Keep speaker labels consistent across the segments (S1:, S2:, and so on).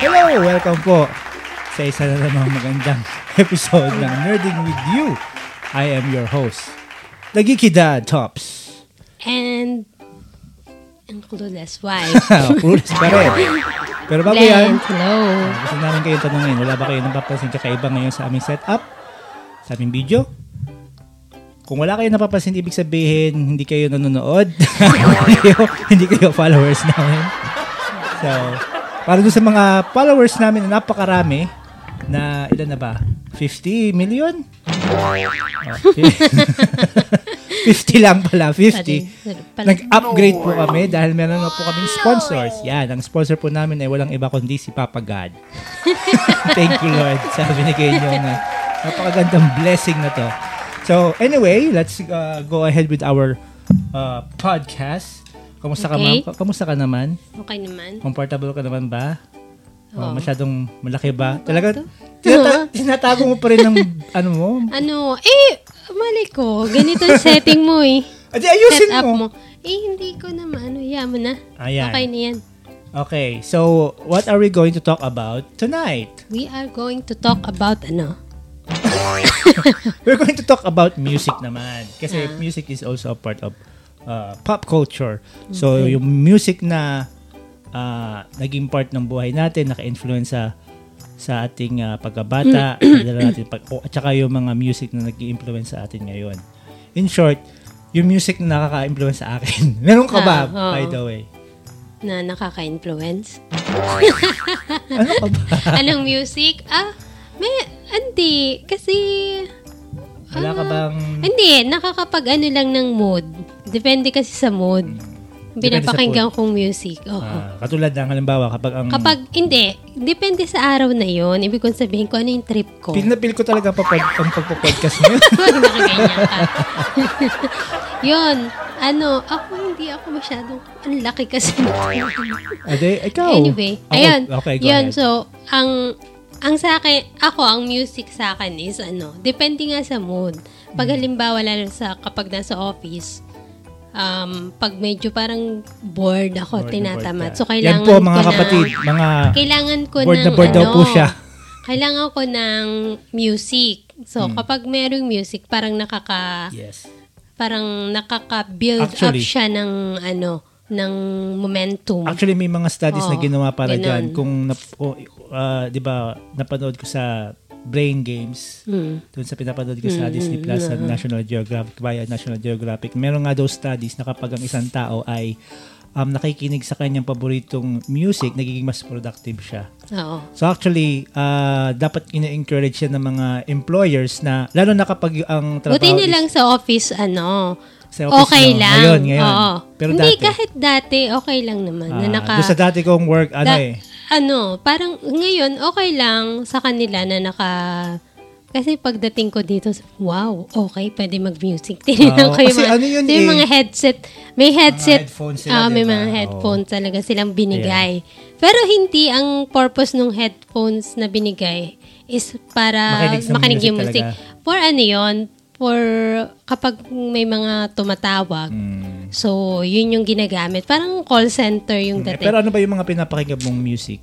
S1: Hello! Welcome po sa isa na namang magandang episode ng Nerding With You. I am your host, the Geeky Dad Tops.
S2: And ang clueless wife.
S1: Rules pa rin. Pero bago yan,
S2: Blend, hello.
S1: gusto namin kayong tanongin, wala ba kayong napapansin kakaiba ngayon sa aming setup? Sa aming video? Kung wala kayong napapansin, ibig sabihin, hindi kayo nanonood. hindi, kayo, hindi kayo followers namin. So, para doon sa mga followers namin na napakarami, na ilan na ba? 50 million? Oh, 50 lang pala, 50.
S2: Sorry, sorry, pala. Ah,
S1: Nag-upgrade po kami dahil meron na po kaming sponsors. Yan, ang sponsor po namin ay walang iba kundi si Papa God. Thank you, Lord, sa binigay niyo na napakagandang blessing na to. So, anyway, let's uh, go ahead with our uh, podcast. Kamusta ka, ma'am?
S2: Okay.
S1: Kamusta ka naman?
S2: Okay naman.
S1: Comfortable ka naman ba? O,
S2: Oo.
S1: masyadong malaki ba? Talaga,
S2: Oh. to?
S1: tinata- tinatago mo pa rin ng ano mo.
S2: Ano, eh, mali ko. Ganito yung setting mo eh.
S1: Adi, ayusin
S2: Set up
S1: mo.
S2: mo. Eh, hindi ko naman. Ano, yaman na.
S1: Ayan.
S2: Okay na yan.
S1: Okay, so what are we going to talk about tonight?
S2: We are going to talk about ano.
S1: We're going to talk about music naman. Kasi music is also a part of uh, pop culture. So, yung music na uh, naging part ng buhay natin, naka-influence sa, sa ating uh, pagkabata, dinala natin pag, o, at saka yung mga music na nag influence sa atin ngayon. In short, yung music na nakaka-influence sa akin. Meron ka ba,
S2: Ah, oo.
S1: by the way?
S2: Na nakaka-influence.
S1: Ano ka ba?
S2: Anong music? Ah, may, hindi. Kasi,
S1: Wala ka bang...
S2: hindi. Nakakapag ano lang ng mood. Depende kasi sa mood.
S1: Depende sa
S2: Pinapakinggan kong music. Oo.
S1: Ah, katulad ng halimbawa, kapag ang...
S2: Mm. Kapag hindi, depende sa araw na yon. Ibig kong sabihin ko ano yung trip ko.
S1: Pil na pil ko talaga pa pod, ang pagpo-podcast niyo.
S2: Nakaganyan ka. yon, ano, ako hindi ako masyadong, ang laki kasi.
S1: Ade, Ah, ikaw.
S2: anyway,
S1: Ako-
S2: ayun.
S1: Okay, go
S2: yun,
S1: ahead.
S2: so, ang, ang sa akin, ako, ang music sa akin is ano, depende nga sa mood.
S1: Mm.
S2: Pag halimbawa, lalo sa, kapag nasa office, um, pag medyo parang bored ako,
S1: Bored na bored
S2: tinatamad.
S1: ka.
S2: So,
S1: Yan
S2: kailangan
S1: po, mga
S2: ko na-
S1: kapatid, mga...
S2: kailangan ko
S1: Bored
S2: ng
S1: na bored
S2: ano,
S1: daw po siya.
S2: Kailangan ko ng music. So,
S1: Hmm.
S2: kapag merong music, parang nakaka
S1: Yes.
S2: parang nakaka-build up
S1: Actually.
S2: siya ng ano, ng momentum.
S1: Actually, may mga studies na
S2: Oo,
S1: ginawa para
S2: Oh, ganun.
S1: dyan. Kung, nap- o, ah, di ba, napanood ko sa Brain Games,
S2: Hmm.
S1: doon sa pinapanood ko sa Disney Plus sa National Geographic, via National Geographic, meron nga daw studies na kapag ang isang tao ay um, nakikinig sa kanyang paboritong music, nagiging mas productive siya.
S2: Oo.
S1: So actually, ah, dapat ina-encourage yan ng mga employers na, lalo na kapag ang trabaho
S2: Buti na
S1: is-
S2: lang sa office, ano,
S1: Sa office
S2: okay
S1: na,
S2: lang.
S1: ngayon, ngayon.
S2: Oo.
S1: Pero
S2: Hindi,
S1: dati-
S2: kahit dati, okay lang naman. na
S1: Ah,
S2: ano, naka,
S1: doon sa dati kong work, ano
S2: Da-
S1: eh.
S2: ano, parang ngayon, okay lang sa kanila na naka... Kasi pagdating ko dito, wow, okay, pwede mag-music.
S1: Oo,
S2: Tinignan ko yung
S1: kasi
S2: mga,
S1: ano yun
S2: yung
S1: eh.
S2: mga headset. May headset.
S1: headphones sila,
S2: ah, may
S1: diba?
S2: mga headphones talaga silang binigay. Pero hindi ang purpose ng headphones na binigay is para
S1: Makinig
S2: makinig,
S1: sa music
S2: yung music. For ano yun? For kapag may mga tumatawag.
S1: Mm.
S2: So, yun yung ginagamit. Parang call center yung
S1: Eh,
S2: dating.
S1: Pero ano ba yung mga pinapakinggan mong music?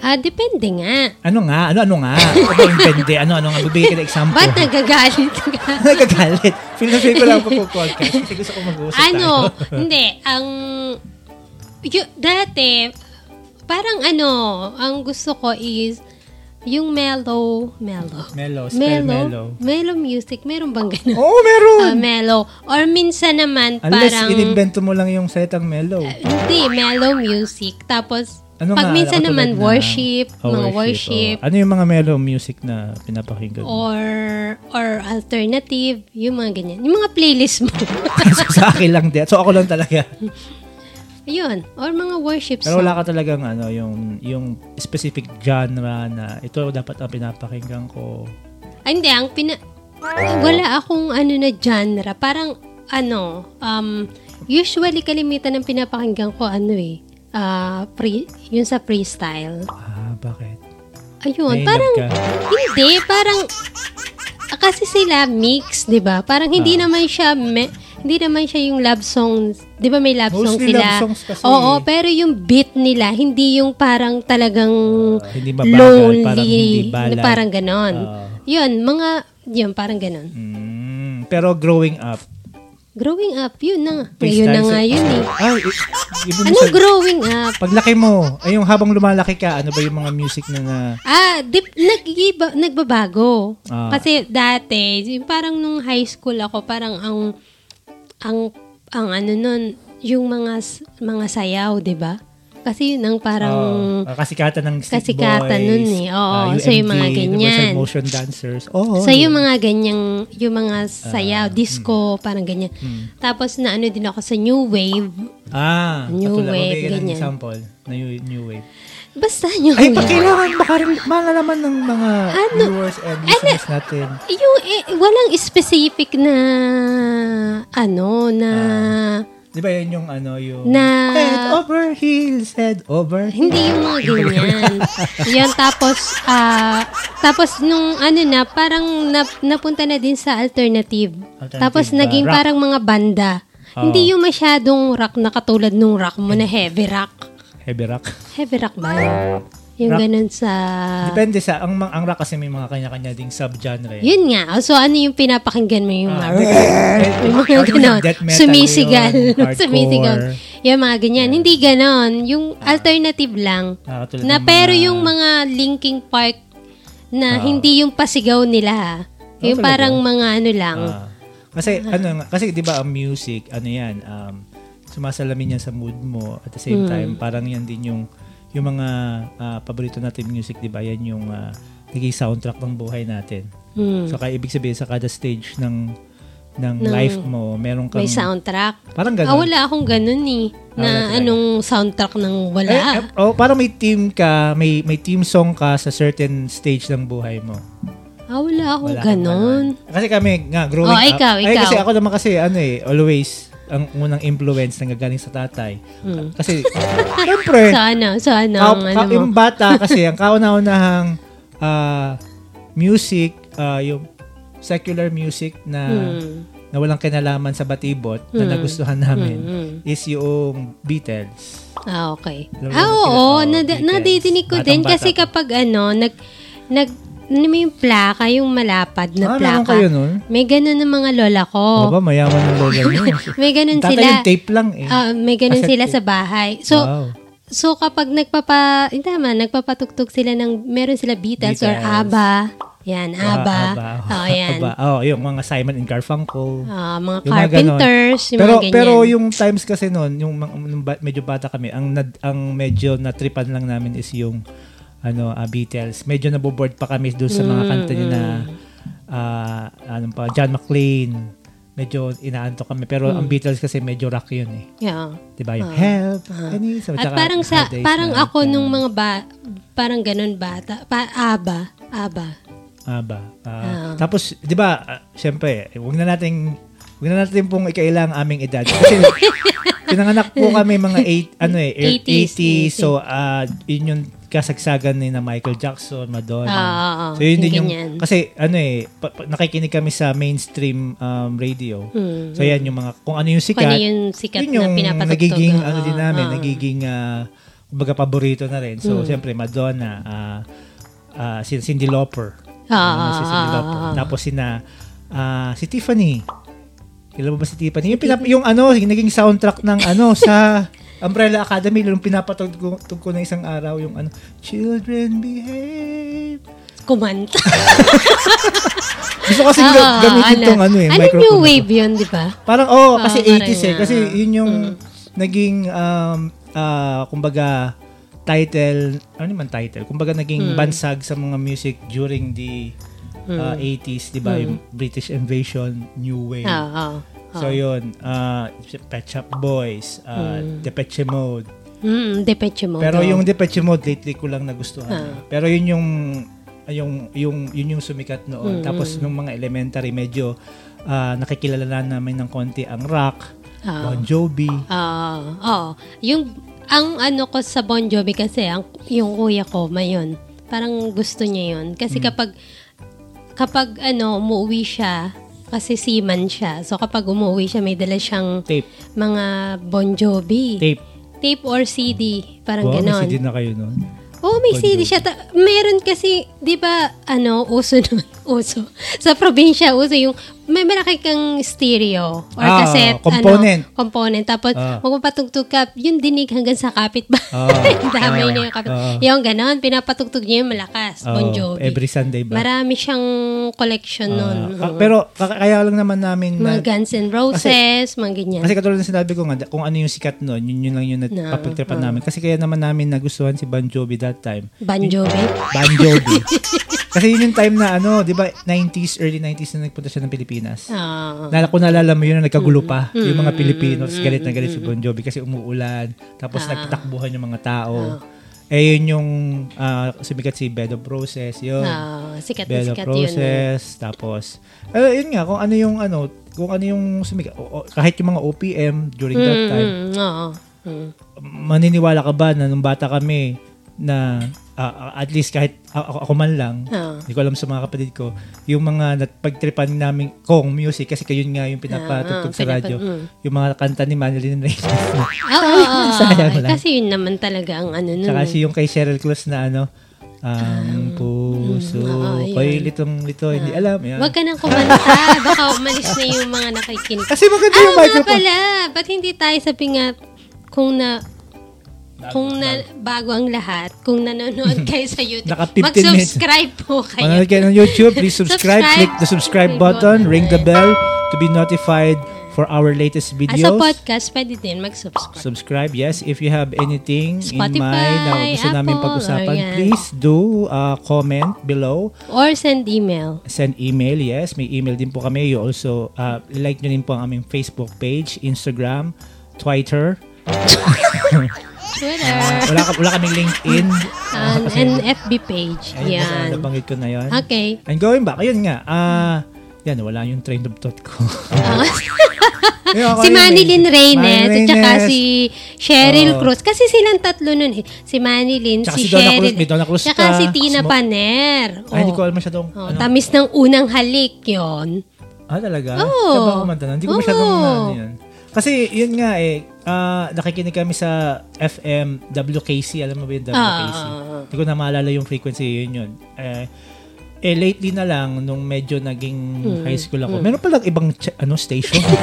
S2: Ah, depende nga.
S1: Ano nga? Ano ano nga? Ano ba yung pende? Ano ano nga? Bibigay ka ng example.
S2: Ba't nagagalit ka?
S1: Nagagalit. Feel na feel ko lang ako po podcast kasi gusto ko mag-uusap
S2: ano,
S1: tayo.
S2: hindi, ang... yu- dati, parang ano, ang gusto ko is yung mellow, mellow.
S1: Mellow, spell mellow.
S2: Mellow, mellow music. Meron bang ganun?
S1: Oo, meron!
S2: Ah, mellow. Or minsan naman,
S1: Unless
S2: parang...
S1: inimbento mo lang yung setang mellow.
S2: Hindi, mellow music. Tapos,
S1: Ano nga,
S2: pag minsan
S1: katulad
S2: naman,
S1: na-
S2: worship,
S1: Oh,
S2: mga
S1: worship.
S2: worship, Oh.
S1: oh. Ano yung mga mellow music na pinapakinggan mo?
S2: or or alternative, yung mga ganyan. Yung mga playlist mo.
S1: so, sa akin lang din. So ako lang talaga.
S2: Ayun, or mga worship
S1: Pero
S2: song.
S1: wala ka talagang ano, yung, yung specific genre na ito dapat ang pinapakinggan ko.
S2: Ay, hindi, ang pina... Wala akong ano na genre. Parang, ano, um, usually kalimitan ng pinapakinggan ko, ano eh, ah, free, yun sa freestyle.
S1: Ah, bakit?
S2: Ayun,
S1: Nainap
S2: parang,
S1: ka. Ah.
S2: hindi, parang, ah, kasi sila mix, di ba? Parang hindi naman siya, me- hindi naman siya yung love songs. Di ba may love songs
S1: Mostly
S2: sila?
S1: love songs kasi.
S2: Oo, pero yung beat nila, hindi yung parang talagang
S1: Ah, hindi mabagal,
S2: lonely.
S1: parang hindi Ah. ballad.
S2: na Parang ganon.
S1: Oo.
S2: yun, mga, yun, parang ganon.
S1: Mm, pero growing up.
S2: Growing up, yun na nga.
S1: please
S2: Ngayon na
S1: tayo sa-
S2: nga yun eh.
S1: Ay, i- ibig mo
S2: Ano
S1: sabi-
S2: growing up?
S1: Paglaki mo, ay yung habang lumalaki ka, ano ba yung mga music na na...
S2: Ah, dip, nag-iba, nagbabago.
S1: Ah.
S2: Kasi dati, yung parang nung high school ako, parang ang ang ang ano nun, yung mga s- mga sayaw, 'di ba? Kasi yun ang parang
S1: Oh, ah, kasikatan ng Stick
S2: Kasikatan
S1: Boys,
S2: nun eh. Oo,
S1: ah,
S2: so
S1: UMD,
S2: yung mga ganyan.
S1: Universal Motion Dancers. Oo. Ah.
S2: So, yung mga ganyang, yung mga sayaw, disco, parang ganyan.
S1: Hmm.
S2: Tapos, na ano din ako sa new wave.
S1: Ah,
S2: New
S1: katulad,
S2: wave,
S1: magbigay ng
S2: ganyan.
S1: example na new, new wave.
S2: Basta new
S1: Ay, pag
S2: wave. Ano?
S1: kailangan baka rin malalaman ng mga viewers and listeners natin.
S2: Yung, eh, walang specific na, ano, na,
S1: Di ba yun yung ano, yung...
S2: Na-
S1: Head over heels, head over heels.
S2: hindi yung mga ganyan. Yan, tapos, ah, tapos nung ano na, parang nap- napunta na din sa alternative.
S1: Alternative
S2: tapos
S1: ba?
S2: naging
S1: Rock?
S2: parang mga banda.
S1: Oo.
S2: Hindi yung masyadong rock na katulad nung rock mo na heavy rock.
S1: Heavy rock.
S2: Heavy rock ba? Yung
S1: Rock.
S2: ganun sa... Ah.
S1: Depende sa... Ang, mga- ang rock kasi may mga kanya-kanya ding subgenre.
S2: Yun nga. So, ano yung pinapakinggan mo yung
S1: Ah,
S2: mga... yung
S1: or
S2: mga
S1: yung
S2: ganon.
S1: death metal
S2: Sumisigal.
S1: yun, hardcore.
S2: Sumisigaw. Yung mga ganyan. Hindi ganon. Yung alternative lang.
S1: Ah, katulad
S2: na
S1: ng
S2: pero
S1: mga- Ah.
S2: yung mga Linking Park na hindi yung pasigaw nila. ha.
S1: talaga?
S2: Yung parang mga ano lang.
S1: Ah. kasi ano nga- kasi 'di ba ang music, ano 'yan, um sumasalamin yan sa mood mo at the same
S2: Hmm.
S1: time parang yan din yung yung mga ah, paborito natin music, 'di ba? Yan yung ah, naging soundtrack ng buhay natin.
S2: Hmm.
S1: So kaya ibig sabihin sa kada stage ng ng life mo, meron kang
S2: May soundtrack.
S1: parang
S2: Ah,
S1: ganun. Ah,
S2: wala akong ganun eh.
S1: wala
S2: Na
S1: talaga.
S2: anong soundtrack ng wala.
S1: Eh, eh, oh, parang may team ka, may may team song ka sa certain stage ng buhay mo.
S2: ah, wala akong
S1: Wala kang
S2: ganun.
S1: ganun. Kasi kami nga, growing
S2: Oh,
S1: up.
S2: ikaw,
S1: Ay,
S2: ikaw.
S1: kasi ako naman kasi, ano eh, always, ang unang influence na gagaling sa tatay.
S2: Hmm.
S1: Kasi, Ah, syempre,
S2: Mm.
S1: Ah,
S2: Sa ano? Sa ano?
S1: ka,
S2: ang
S1: ka,
S2: ano mo?
S1: yung bata kasi, ang kauna-unahang ah, music, ah, yung secular music na
S2: Hmm.
S1: na walang kinalaman sa batibot na
S2: Mm.
S1: nagustuhan namin
S2: Mm,
S1: is yung Beatles.
S2: Ah, okay.
S1: Alam mo yung
S2: Ah, oo.
S1: pinaka-
S2: Nad-
S1: weekends.
S2: nadidinig ko
S1: Batang
S2: din
S1: bata
S2: kasi
S1: pa.
S2: kapag ano, nag, nag, ano mo yung plaka, yung malapad na
S1: Ah, meron
S2: plaka.
S1: kayo nun?
S2: May ganun ng mga lola
S1: Oh.
S2: ko.
S1: Baba, mayaman ng lola mo.
S2: may ganun
S1: Tatay
S2: sila.
S1: yung tape lang eh.
S2: Ah, may ganun
S1: Cassette
S2: sila
S1: tape. Ah.
S2: sa bahay. So,
S1: wow.
S2: so kapag nagpapa, eh, tama, nagpapatugtog sila ng, meron sila Beatles, or
S1: Beatles.
S2: ABBA. Yan,
S1: Ah,
S2: ABBA. Oo, yan.
S1: Aba. Oo, yung mga Simon and Garfunkel.
S2: Ah, mga
S1: Yung mga ganon.
S2: carpenters, yung
S1: pero,
S2: mga ganyan.
S1: Pero yung times kasi noon, yung mga- nung ba- medyo bata kami, ang, nad, ang medyo natripan lang namin is yung ano, ah, Beatles. Medyo naboboard pa kami doon sa
S2: Mm,
S1: mga kanta niya na ah, ano pa, John McClane. Medyo inaanto kami. Pero ang
S2: Mm.
S1: Beatles kasi medyo rock yun eh.
S2: Yeah.
S1: Diba? Yung help. ani, so,
S2: Ah. At
S1: tsaka
S2: parang sa
S1: Hard Day's
S2: parang
S1: Night,
S2: ako
S1: ah,
S2: nung mga ba, parang ganun bata, pa, aba, aba.
S1: Aba. Ah, Tapos, di ba, ah, syempre, eh, huwag na nating huwag na natin pong ikailang aming edad. Kasi pinanganak po kami mga eight, ano eh,
S2: 80s,
S1: 80s. So, ah, yun yung kasagsagan ni na Michael Jackson, Madonna.
S2: Ah, ah, ah.
S1: so, yun din
S2: Yung
S1: yung,
S2: ganyan.
S1: kasi ano eh, pa- pa- nakikinig kami sa mainstream um, radio.
S2: Mm.
S1: So, yan yung mga, kung ano yung sikat,
S2: Kung ano yung sikat
S1: yun yung
S2: na pinapatugtog.
S1: nagiging,
S2: Ah,
S1: ano din namin,
S2: ah. Hmm.
S1: nagiging, ah, kumbaga, paborito na rin. So, siyempre, Madonna, ah, ah, si Cindy Lauper.
S2: Ah,
S1: Ano, si Cindy
S2: ah,
S1: Lauper.
S2: ah, ah.
S1: Tapos, sina, ah, si Tiffany. Kailan ba si Tiffany? Yung, pinap- yung ano, yung naging soundtrack ng ano, sa Umbrella Academy, yung pinapatog ko, tog ko na isang araw, yung ano, Children Behave.
S2: Kumanta.
S1: Gusto kasi
S2: Ah,
S1: ga- gamitin
S2: ala.
S1: tong ano eh,
S2: Ano
S1: microphone
S2: new
S1: na to.
S2: wave yun, di ba?
S1: Parang, oh, kasi
S2: parang
S1: 80s eh.
S2: nga.
S1: Kasi yun yung naging, um, ah, kumbaga, title, ano naman title? Kumbaga naging bansag sa mga music during the ah, 80s, di ba? Yung British Invasion, New Wave.
S2: Oo. oo.
S1: So yun, ah, Pet Shop Boys, ah, Depeche Mode.
S2: Mm, Depeche Mode.
S1: Pero
S2: oo.
S1: yung Depeche Mode lately ko lang nagustuhan.
S2: Ah.
S1: Pero yun yung ah, yung yung yun yung sumikat
S2: Mm-hmm.
S1: noon. Tapos nung mga elementary medyo ah, nakikilala na namin ng konti ang rock,
S2: Ah.
S1: Bon Jovi.
S2: Ah, oo. Yung, ang ano ko sa Bon Jovi kasi, ang, yung kuya ko, mayon.
S1: Hmm.
S2: Parang gusto niya yun. Kasi kapag, kapag ano, umuwi siya, kasi seaman siya. So kapag umuwi siya, may dala siyang
S1: Tape.
S2: mga Bon Jovi.
S1: Tape.
S2: Tape or CD. Parang
S1: Wow, may
S2: ganon.
S1: CD na kayo nun. Ah,
S2: Oo, may
S1: Bon
S2: CD
S1: Jovi.
S2: siya. Ta- meron kasi, di ba, ano, uso nun. Uso. Sa probinsya, uso yung, may malaki kang stereo or
S1: Ah,
S2: cassette.
S1: component.
S2: Ano, component. Tapos,
S1: Ah.
S2: magpapatugtog ka, yung dinig hanggang sa kapitbahay.
S1: Ah.
S2: Damay
S1: Ah.
S2: niya yung kapit.
S1: Ah.
S2: yung ganon, pinapatugtog niya yung malakas. bon
S1: Oo,
S2: Jovi.
S1: Every Sunday ba?
S2: Marami siyang collection nun.
S1: Ah,
S2: Oo.
S1: pero kaka- kaya lang naman namin na,
S2: mga Guns N' Roses, mga ganyan.
S1: kasi katulad ng sinabi ko nga, kung ano yung sikat noon, yun, yun lang yung
S2: Na,
S1: napapagtripan namin. Kasi kaya naman namin nagustuhan si Bon Jovi that time.
S2: Bon Jovi.
S1: Bon Jovi. kasi yun yung time na ano, di ba, 90s, early 90s na nagpunta siya ng Pilipinas.
S2: Ah.
S1: Nala ko naalala mo yun, nagkagulo pa
S2: Mm-hmm.
S1: yung mga Pilipinos, galit na galit si Bon Jovi kasi umuulan, tapos
S2: Ah.
S1: nagtatakbuhan yung mga tao. Eh yun yung ah, sumikat si Bed of Roses, yun.
S2: Ah, sikat na
S1: Bella
S2: sikat yun.
S1: process, tapos, eh, yun nga, kung ano yung ano, kung ano yung sumika, o- o- kahit yung mga OPM during that
S2: Mm,
S1: time,
S2: mm, oo. Mm.
S1: maniniwala ka ba na nung bata kami na ah, ah, at least kahit a- ako, ako man lang,
S2: Oo.
S1: hindi ko alam sa mga kapatid ko, yung mga nagpagtripan namin kong music, kasi kayo nga yung pinapatugtog
S2: Ah,
S1: sa
S2: pinapa-
S1: radyo,
S2: mm.
S1: yung mga kanta ni Manilyn Reyes.
S2: Ah, Oo, oo, oo.
S1: Sayang lang.
S2: Kasi yun naman talaga ang ano nun.
S1: Tsaka
S2: eh.
S1: si yung kay Cheryl Cruz na ano,
S2: Ah, mm.
S1: ang puso
S2: oo,
S1: ko'y
S2: yun.
S1: litong-lito, hindi
S2: Ah.
S1: alam. Yan.
S2: Huwag ka nang kumanta. Baka umalis na yung mga nakikinig.
S1: Kasi maganda
S2: Ah,
S1: yung
S2: nga
S1: microphone.
S2: pala. Ba't hindi tayo sa pingat kung na kung na bago ang lahat, kung nanonood kayo sa YouTube,
S1: Naka 15 minutes.
S2: mag-subscribe po kayo.
S1: Manood kayo ng YouTube. Please subscribe.
S2: Subscribe.
S1: Click the subscribe button. Ring the bell to be notified for our latest
S2: Ah, sa
S1: videos.
S2: podcast, pwede din mag-subscribe.
S1: subscribe, yes. If you have anything in
S2: Spotify,
S1: mind na gusto namin
S2: Apple,
S1: pag-usapan,
S2: ayan.
S1: please do uh, comment below.
S2: Or send email.
S1: Send email, yes. May email din po kami. You also, uh, like nyo din po ang aming Facebook page, Instagram, Twitter.
S2: Twitter. um,
S1: Wala, ka, wala kaming LinkedIn.
S2: An, an FB page.
S1: Ah, Ayun, basta
S2: Yan.
S1: nabanggit ko na yun.
S2: Okay.
S1: And going back, ayun nga. ah, yan, wala yung train of thought ko. Ayun, ako
S2: si
S1: yun eh.
S2: Manilyn Reynes
S1: Manny
S2: at saka
S1: Reynes.
S2: si Cheryl
S1: Oo.
S2: Cruz. Kasi silang tatlo nun eh. Si Manilyn,
S1: Tsaka
S2: si,
S1: si Donna
S2: Cheryl,
S1: Cruz. May Donna Cruz
S2: tsaka
S1: pa.
S2: si Tina
S1: Smo-
S2: Paner.
S1: Ay, hindi ko
S2: Oh.
S1: alam masyadong...
S2: Oh,
S1: ano.
S2: Tamis ng unang halik yon.
S1: ah, talaga?
S2: Oo.
S1: Siya ba ang kumanta nun? Hindi ko masyadong
S2: Oo.
S1: ano yun. Kasi yun nga eh, ah, nakikinig kami sa FM WKC. Alam mo ba yung WKC?
S2: Ah.
S1: Hindi ko na maalala yung frequency yun yun. Eh, eh, lately na lang, nung medyo naging
S2: Hmm.
S1: high school ako, meron palang ibang ch- ano station.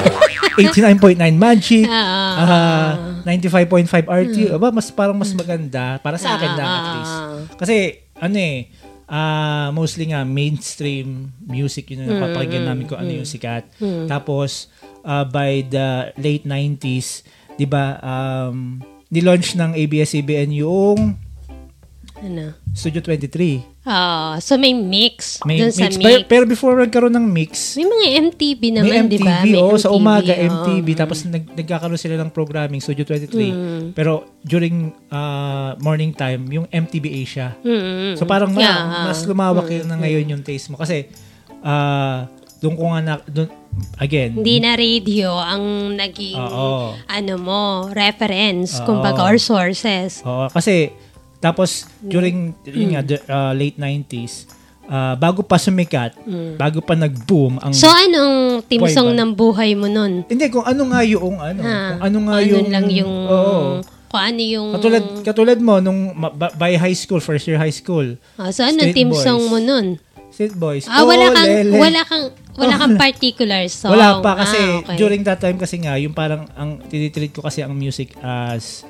S1: 89.9 Magic, ah, 95.5 RT. Aba, mas parang mas maganda para sa akin lang at
S2: Hmm. Ah.
S1: least. Kasi ano eh, ah, mostly nga mainstream music yun
S2: Hmm,
S1: yung napapakinggan namin kung ano yung sikat. Tapos ah, by the late 90s, 'di ba, um nilaunch ng ABS-CBN yung
S2: Ano?
S1: Studio 23.
S2: Ah, so may mix.
S1: May
S2: dun sa
S1: mix.
S2: mix.
S1: Pero, pero before nagkaroon ng mix,
S2: may mga MTV naman,
S1: may
S2: di ba?
S1: MTV, oo, sa umaga,
S2: oo.
S1: MTV. Tapos nag, nagkakaroon sila ng programming, Studio 23.
S2: Mm.
S1: Pero during ah, morning time, yung MTV Asia.
S2: Mm-mm.
S1: So parang ma-
S2: Mm. Yeah. mm.
S1: mas lumawak yun na ngayon yung taste mo. Kasi ah, doon ko nga, na, doon, again,
S2: Hindi na radio ang naging
S1: Oo.
S2: ano mo, reference,
S1: Oo.
S2: kumbaga, or sources.
S1: Oo, kasi tapos during
S2: Mm.
S1: yun nga, the, ah, late 90s, ah, bago pa sumikat, bago pa nag-boom ang
S2: Mm. So,
S1: Boy
S2: anong timsong
S1: band.
S2: ng buhay mo nun?
S1: Hindi, kung ano nga yung ano.
S2: Ah,
S1: kung ano nga
S2: kung
S1: yung...
S2: Ano lang yung...
S1: Oo.
S2: Kung ano yung...
S1: Katulad, katulad mo, nung ma- ba- by high school, first year high school,
S2: Ah, so, anong
S1: Street Boys.
S2: timsong mo nun?
S1: Street Boys. oh,
S2: Ah, wala kang,
S1: lele. Oh.
S2: wala kang, wala kang particular song.
S1: Wala pa kasi
S2: Ah, okay.
S1: during that time kasi nga, yung parang ang tinitreat ko kasi ang music as,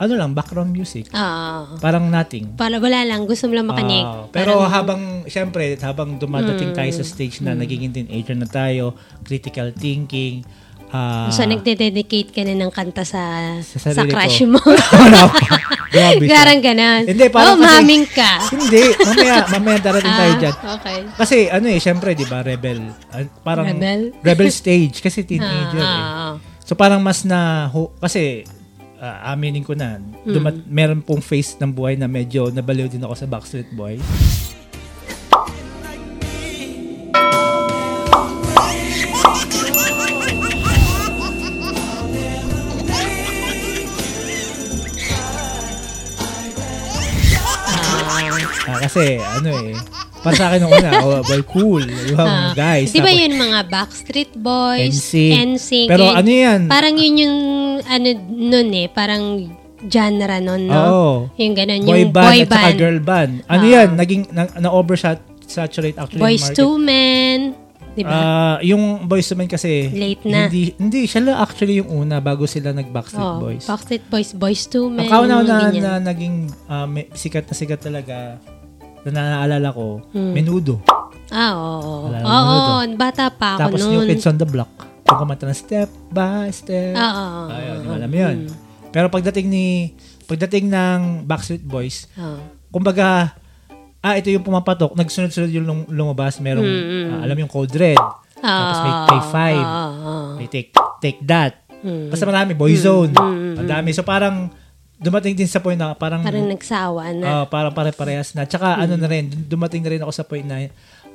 S1: ano lang, background music.
S2: Ah,
S1: Parang nothing.
S2: para wala lang. Gusto mo lang makinig.
S1: Ah, pero
S2: Parang- Hmm.
S1: habang, syempre, habang dumadating tayo sa stage na nagiging teenager na tayo, critical thinking, ah,
S2: so, nagde-dedicate ka na ng kanta sa,
S1: Sa
S2: sa,
S1: sarili
S2: crush
S1: ko.
S2: mo.
S1: wala pa. Grabe siya.
S2: Garang ganon.
S1: Hindi, parang
S2: oh,
S1: kasi-
S2: maming ka.
S1: Hindi, mamaya, mamaya darating tayo dyan.
S2: Ah, okay.
S1: Kasi ano eh, syempre, di ba, rebel. Ah, parang
S2: Rebel?
S1: stage kasi teenager eh.
S2: Ah, ah, ah.
S1: So parang mas na, ho- kasi ah, aminin ko na,
S2: Mm.
S1: dumat, meron pong phase ng buhay na medyo nabaliw din ako sa Backstreet Boys.
S2: ah.
S1: Ah, kasi ano eh, Para sa akin nung una, oh, boy, cool. You have Oh,
S2: Ah,
S1: guys.
S2: Di ba
S1: Tapos,
S2: yun mga Backstreet Boys,
S1: NSYNC.
S2: NSYNC,
S1: Pero
S2: eh,
S1: ano yan?
S2: Parang yun yung ano nun eh, parang genre nun, no?
S1: Oo.
S2: Yung ganun,
S1: boy
S2: yung
S1: band
S2: boy
S1: at saka
S2: band.
S1: girl band. Ano
S2: Ah.
S1: yan? Naging, na- na-oversat, saturate actually
S2: Boys
S1: yung market.
S2: to Men, di ba?
S1: Ah, yung Boys to Men kasi
S2: Late na. Oh,
S1: hindi hindi siya lang actually yung una bago sila nag Backstreet
S2: Oo,
S1: Boys.
S2: Backstreet Boys, Boys to Men.
S1: Ang kauna na,
S2: ganyan.
S1: na naging ah, may- sikat na sikat talaga na naaalala ko,
S2: Hmm.
S1: Menudo.
S2: Ah, oo.
S1: Wala
S2: Oo,
S1: naman
S2: oo, bata pa ako
S1: Tapos
S2: nun.
S1: New Kids on the Block. Yung kumanta na step by step.
S2: Ah, oo, Hmm. oo,
S1: Ayun,
S2: oo,
S1: yung alam yun. Pero pagdating ni pagdating ng Backstreet Boys,
S2: oo.
S1: kumbaga, ah, ito yung pumapatok, nagsunod-sunod yung lum- lumabas, merong, ah, alam yung Code Red, tapos may Take 5,
S2: Hmm, Oo, oo. Hmm.
S1: may Take, take That, basta marami, Boyzone, madami. So parang, dumating din sa point na parang,
S2: Parang nagsawa na. Mm.
S1: ah, parang pare-parehas na. Tsaka ano na rin, dumating na rin ako sa point na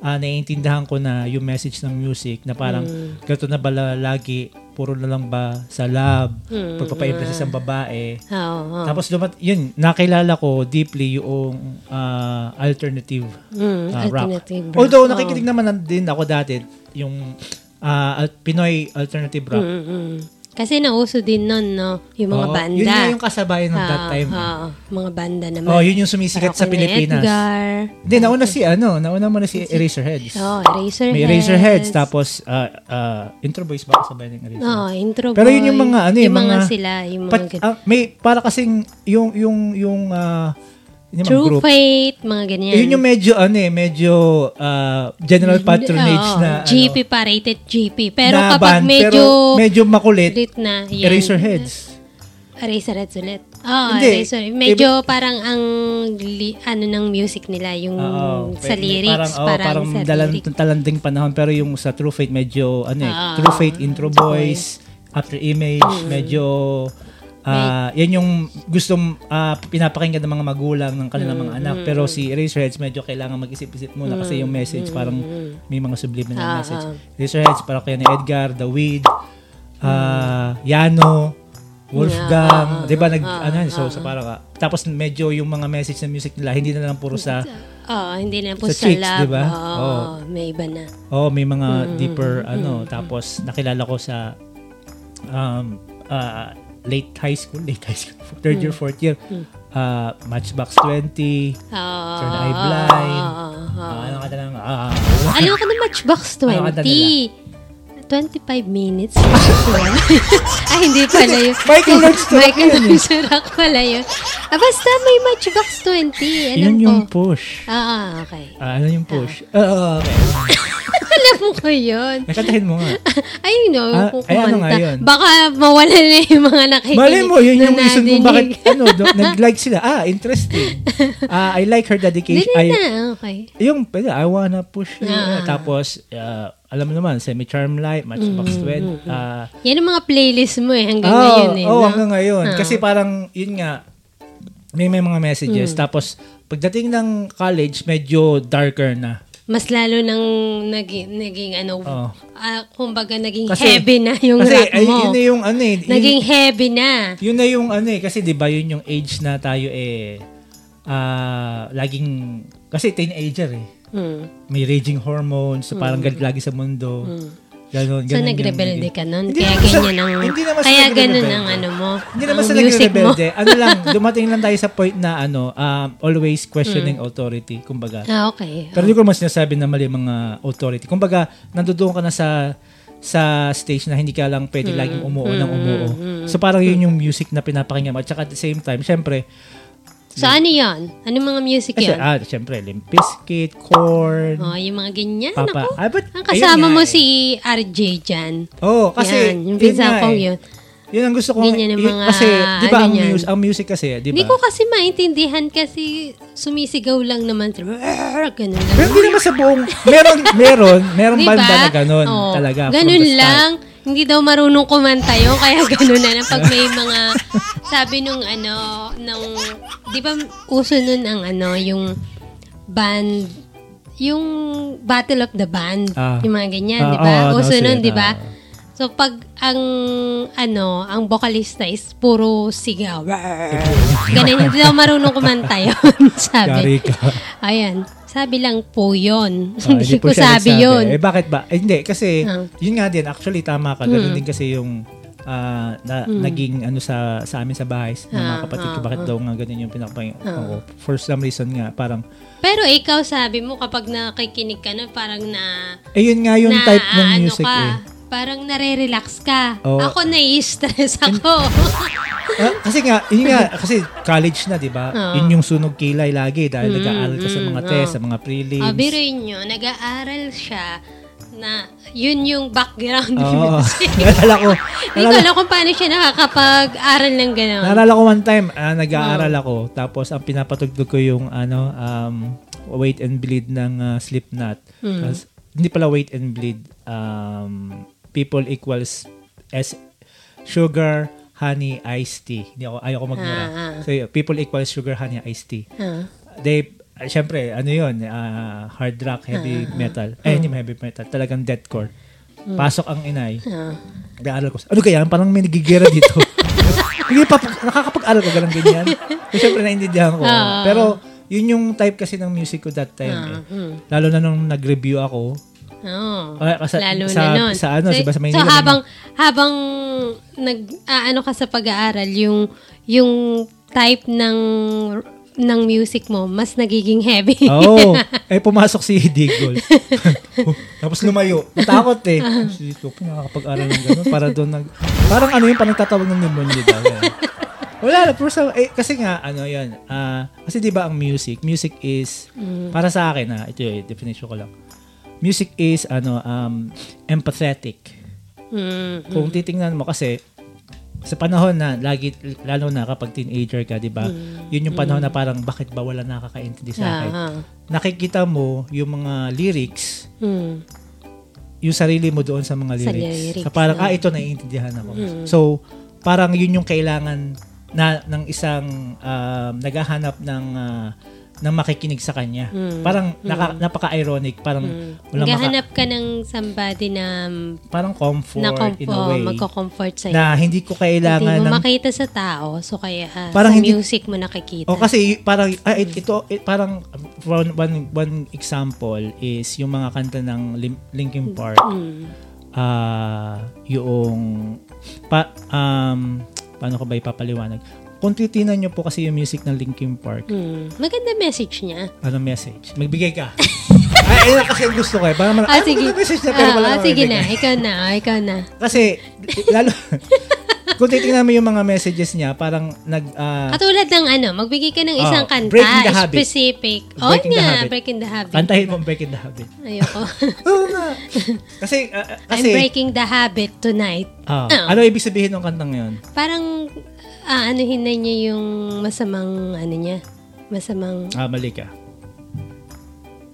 S1: ah, naiintindihan ko na yung message ng music na parang
S2: Mm.
S1: ganito na bala lagi, puro na lang ba sa love,
S2: Mm,
S1: pagpapa-impress sa isang babae.
S2: Oo, oo.
S1: Tapos dumat yun, nakilala ko deeply yung ah, alternative
S2: Mm,
S1: ah, rock.
S2: alternative rock.
S1: Although nakikinig naman nan- din ako dati yung ah, al- Pinoy alternative rock.
S2: Mm-mm. Mm, Kasi nauso din nun, no? Yung mga
S1: Oo,
S2: banda.
S1: Yun nga yung kasabayan ng that
S2: Oo,
S1: time.
S2: oo. Ah, mga banda naman.
S1: Oh, yun yung sumisikat sa
S2: Rocky na
S1: Pilipinas.
S2: Edgar.
S1: Hindi, nauna si ano, nauna muna si Eraserheads.
S2: Oh, Eraserheads.
S1: May Eraserheads, tapos ah, ah, Intro Boys ba kasabay ng Eraserheads?
S2: Oo, Oh, intro
S1: Pero yun yung
S2: Boys.
S1: mga ano,
S2: yung
S1: yung
S2: mga,
S1: mga-
S2: sila, yung mga
S1: Pat-
S2: gan-
S1: ah, may para kasing yung yung yung ah, yun yung mga
S2: True
S1: group.
S2: Fate, mga ganyan.
S1: Eh, Yun yung medyo ano eh, medyo ah, general patronage
S2: Oo,
S1: na ano,
S2: GP oh, pa, rated GP. Pero
S1: na
S2: kapag
S1: band,
S2: medyo,
S1: pero medyo makulit,
S2: ulit na, yan.
S1: Eraserheads.
S2: Eraserheads ulit. Oo,
S1: Hindi. Eh,
S2: Eraserheads. Medyo parang ang, li- ano ng music nila, yung
S1: Oo,
S2: sa
S1: pe-
S2: lyrics,
S1: oh, parang, oo,
S2: parang,
S1: parang
S2: sa
S1: dalan,
S2: lyrics.
S1: talanding panahon pero yung sa True Fate medyo ano eh,
S2: Ah, Mm.
S1: True Fate Intro Boys, After Image, medyo ah, yan yung gustong ah, pinapakinggan ng mga magulang ng kanilang
S2: Mm,
S1: mga anak pero si Eraserheads medyo kailangan mag-isip-isip muna kasi yung message parang may mga subliminal
S2: mm, Ah,
S1: message.
S2: ah.
S1: Eraserheads para kay ni Edgar, The Weed, ah,
S2: Mm.
S1: Yano, Wolfgang, 'di ba nag ano yun, so, so parang ah, tapos medyo yung mga message ng music nila hindi na lang puro sa
S2: Oo, Oh, hindi na po
S1: Sa
S2: sa,
S1: chicks,
S2: lab.
S1: di ba?
S2: Oo,
S1: Oo.
S2: may iba na.
S1: Oh, may mga deeper ano. Tapos nakilala ko sa um ah, late high school, late high school, third
S2: Mm.
S1: year, fourth year. ah, Matchbox 20,
S2: Oo.
S1: Third Eye Blind.
S2: oo, oo.
S1: ah, ano ka na lang, ah,
S2: Alam ko na Matchbox
S1: Ano kanta
S2: 20. 25 minutes. Ay, hindi pala yun.
S1: Michael Learns to Rock
S2: Michael Learns to Rock pala yun. Ah, basta may Matchbox 20. Alam
S1: yun
S2: ko.
S1: yung push.
S2: Ah, okay.
S1: Ah, ano yung push? Ah, okay.
S2: Alam ko yun.
S1: Nakantahin mo nga.
S2: I know,
S1: Ah,
S2: kung
S1: ay, ano nga
S2: kumanta.
S1: yun?
S2: Baka mawala na yung mga nakikinig.
S1: Malay mo, yun
S2: na
S1: yung reason kung
S2: nadinig.
S1: bakit ano, do- nag-like sila. Ah, interesting. Ah, I like her
S2: Hindi
S1: dedication.
S2: na,
S1: I,
S2: okay.
S1: Yung, pwede, I wanna push you.
S2: Ah.
S1: Tapos, ah, alam mo naman, semi-charm light,
S2: Mm.
S1: matchbox 20. ah,
S2: Yan ang mga playlist mo eh, hanggang
S1: Oo,
S2: ngayon eh.
S1: Ah, oo,
S2: no?
S1: hanggang ngayon.
S2: Ah.
S1: Kasi parang, yun nga, may may mga messages.
S2: Mm.
S1: Tapos, pagdating ng college, medyo darker na.
S2: Mas lalo nang naging, naging ano,
S1: Oo.
S2: ah, kumbaga naging
S1: Kasi-
S2: heavy na yung
S1: Kasi,
S2: rap
S1: ay,
S2: mo.
S1: yun na yung ano eh. yun-
S2: naging heavy na.
S1: Yun na yung ano eh, kasi 'di ba yun yung age na tayo eh ah laging kasi teenager eh.
S2: Mm.
S1: May raging hormones, so parang galit lagi sa mundo. Ganon,
S2: So,
S1: ganon yung
S2: nagrebelde
S1: naging-
S2: ka nun.
S1: Hindi
S2: Kaya
S1: naman sa-
S2: ganyan ang,
S1: hindi naman sa
S2: kaya ganun
S1: nagrebelde.
S2: ang ano mo.
S1: Hindi naman
S2: ang
S1: sa
S2: music mo.
S1: nagrebelde. ano lang, dumating lang tayo sa point na ano, um, always questioning
S2: Hmm.
S1: authority, kumbaga.
S2: Ah, okay.
S1: Pero hindi ko naman sinasabi na mali ang mga authority. Kumbaga, nandoon ka na sa sa stage na hindi ka lang pwede
S2: Hmm.
S1: laging umuo ng umuo. So parang yun yung music na pinapakinggan mo. At saka at the same time, syempre,
S2: So, ano yun? Ano mga music
S1: Kasi,
S2: yun?
S1: ah, syempre, Limp Bizkit, Korn,
S2: Oh, yung mga ganyan.
S1: Papa.
S2: Ako.
S1: Ah, but,
S2: Ang kasama
S1: ayun nga
S2: mo
S1: eh.
S2: si RJ dyan.
S1: Oo, Oh, kasi,
S2: Oh. Yan, yung pinsan
S1: nga
S2: ko
S1: eh.
S2: yun.
S1: Yun ang gusto ko.
S2: Ganyan ang mga
S1: kasi, di ba,
S2: ano
S1: ang,
S2: yan.
S1: mus- ang music kasi, di ba?
S2: Hindi ko kasi maintindihan kasi sumisigaw lang naman. Ganun lang.
S1: Pero hindi naman sa buong, meron, meron, meron
S2: Di
S1: banda
S2: ba?
S1: na ganun
S2: Diba? Oo.
S1: talaga. from the
S2: Ganun
S1: start. Oh,
S2: lang. Hindi daw marunong kumanta yun, kaya ganun na lang. Pag may mga, sabi nung ano, nung, di ba uso nun ang ano, yung band, yung Battle of the Band,
S1: Ah.
S2: yung mga ganyan,
S1: Ah,
S2: di ba?
S1: oo,
S2: uso
S1: nauso
S2: nun,
S1: yun,
S2: di ba?
S1: ah.
S2: So pag ang ano, ang vocalista is puro sigaw. Ganun, hindi daw marunong kumanta yun,
S1: Yari
S2: sabi.
S1: ka.
S2: Ayan, sabi lang po yun.
S1: Ah,
S2: hindi
S1: po
S2: ko
S1: siya
S2: sabi
S1: nagsabi.
S2: yun.
S1: Eh, bakit ba? Eh, hindi, kasi,
S2: Ah. Hmm.
S1: yun nga din, actually, tama ka. Ganun din kasi yung ah, na, naging ano sa sa amin sa bahay ng mga
S2: Ah,
S1: kapatid ko.
S2: ah,
S1: Bakit daw nga ganun yung pinakapay? Oo. For some reason nga, parang,
S2: Pero ikaw sabi mo kapag nakikinig ka na parang na
S1: eh yun nga yung
S2: na
S1: type ng
S2: ano
S1: music
S2: ka,
S1: eh.
S2: parang nare-relax ka.
S1: Oo.
S2: Ako nai-stress ako.
S1: Ah, kasi nga, yun nga, kasi college na, di ba?
S2: Oo.
S1: Yun yung sunog kilay lagi dahil nag-aaral ka sa
S2: mm,
S1: mga
S2: oo.
S1: tests, sa mga prelims.
S2: Ah. Ah, biruin nyo, nag-aaral siya na yun yung background
S1: Oo.
S2: music.
S1: Naalala ko.
S2: Hindi ko
S1: Naalala,
S2: alam kung paano siya nakakapag-aral ng gano'n.
S1: naalala ko one time, ah, nag-aaral ako. Tapos, ang pinapatugtog ko yung, ano, um, Wait and Bleed ng ah, Slipknot.
S2: Hmm.
S1: Tapos, hindi pala Wait and Bleed. Um, people equals S- sugar, honey, iced tea. Hindi ako, ayoko magmura.
S2: Ah, ah.
S1: So, yun, people equals sugar, honey, iced tea.
S2: Ah.
S1: they ah, syempre ano yun ah, hard rock heavy
S2: ah.
S1: metal eh hindi heavy metal talagang deathcore
S2: Hmm.
S1: pasok ang inay
S2: Ah.
S1: nag-aaral ko ano kaya parang may nagigera dito hindi pa nakakapag-aral ko ganang ganyan so, syempre naintindihan ko pero yun yung type kasi ng music ko that time eh. lalo na nung nag-review ako
S2: Oo.
S1: Ah, kasi-
S2: Lalo
S1: sa-
S2: na nun.
S1: sa ano,
S2: so,
S1: diba, sa
S2: so
S1: Maynila,
S2: habang, habang nag, aano ka sa pag-aaral, yung, yung type ng ng music mo, mas nagiging heavy.
S1: Oo. eh, pumasok si Digol. Tapos lumayo. Natakot eh. Si ko, nakakapag-aral ng gano'n. Para doon nag... Parang ano yung panagtatawag ng pneumonia daw. eh. Wala na. Pero sa, eh, kasi nga, ano yan. ah, kasi di ba ang music, music is, para sa akin ha, ito yung definition ko lang. Music is, ano, um, empathetic.
S2: Mm.
S1: Kung titingnan mo kasi sa panahon na lagi lalo na kapag teenager ka, 'di ba? 'Yun yung panahon na parang bakit ba wala nakakaintindi sa akin?
S2: Ah, ah.
S1: Nakikita mo yung mga lyrics,
S2: Mm.
S1: yung sarili mo doon sa mga
S2: Sa
S1: lyrics.
S2: lyrics, Mm.
S1: Sa parang ah ito naiintindihan ako. So, parang 'yun yung kailangan na ng isang um, naghahanap ng ah, ng makikinig sa kanya.
S2: Mm.
S1: Parang naka- napaka-ironic, parang wala maka,
S2: Gahanap ka ng somebody na
S1: parang comfort, in
S2: na
S1: a way.
S2: comfort, magko-comfort sa'yo.
S1: na hindi ko
S2: Hindi
S1: kailangan ng
S2: mo makita sa tao, so kaya ah,
S1: Parang
S2: sa
S1: hindi- Oh,
S2: music mo nakikita.
S1: O kasi parang ah, it- ito it- parang one, one one example is yung mga kanta ng Lim- Linkin Park.
S2: Hmm.
S1: Ah, yung pa, um paano ko ba ipapaliwanag? Kung titinan niyo po kasi yung music ng Linkin Park,
S2: Mm. Maganda message niya.
S1: ano message? Magbigay ka. Ay, ayun lang kasi ang gusto ko eh. Para man,
S2: Ah, sige.
S1: message na pero
S2: Ah,
S1: wala
S2: ah,
S1: namang
S2: sige na,
S1: magbigay.
S2: ikaw na, ah, ikaw na.
S1: Kasi lalo kung titingnan mo yung mga messages niya, parang nag ah,
S2: Katulad ng ano, magbigay ka ng isang
S1: Oh,
S2: kanta,
S1: Breaking the Habit.
S2: specific. Oh,
S1: Breaking the
S2: nga,
S1: Habit.
S2: Breaking the Habit.
S1: kantahin mo Breaking the Habit.
S2: Ayoko.
S1: Oo na. Kasi, ah, ah,
S2: I'm
S1: kasi,
S2: breaking the habit tonight.
S1: Ah,
S2: Ah.
S1: Ano ibig sabihin ng kantang yun?
S2: Parang, ah, ano hinay niya yung masamang, ano niya, masamang,
S1: Ah, mali ka.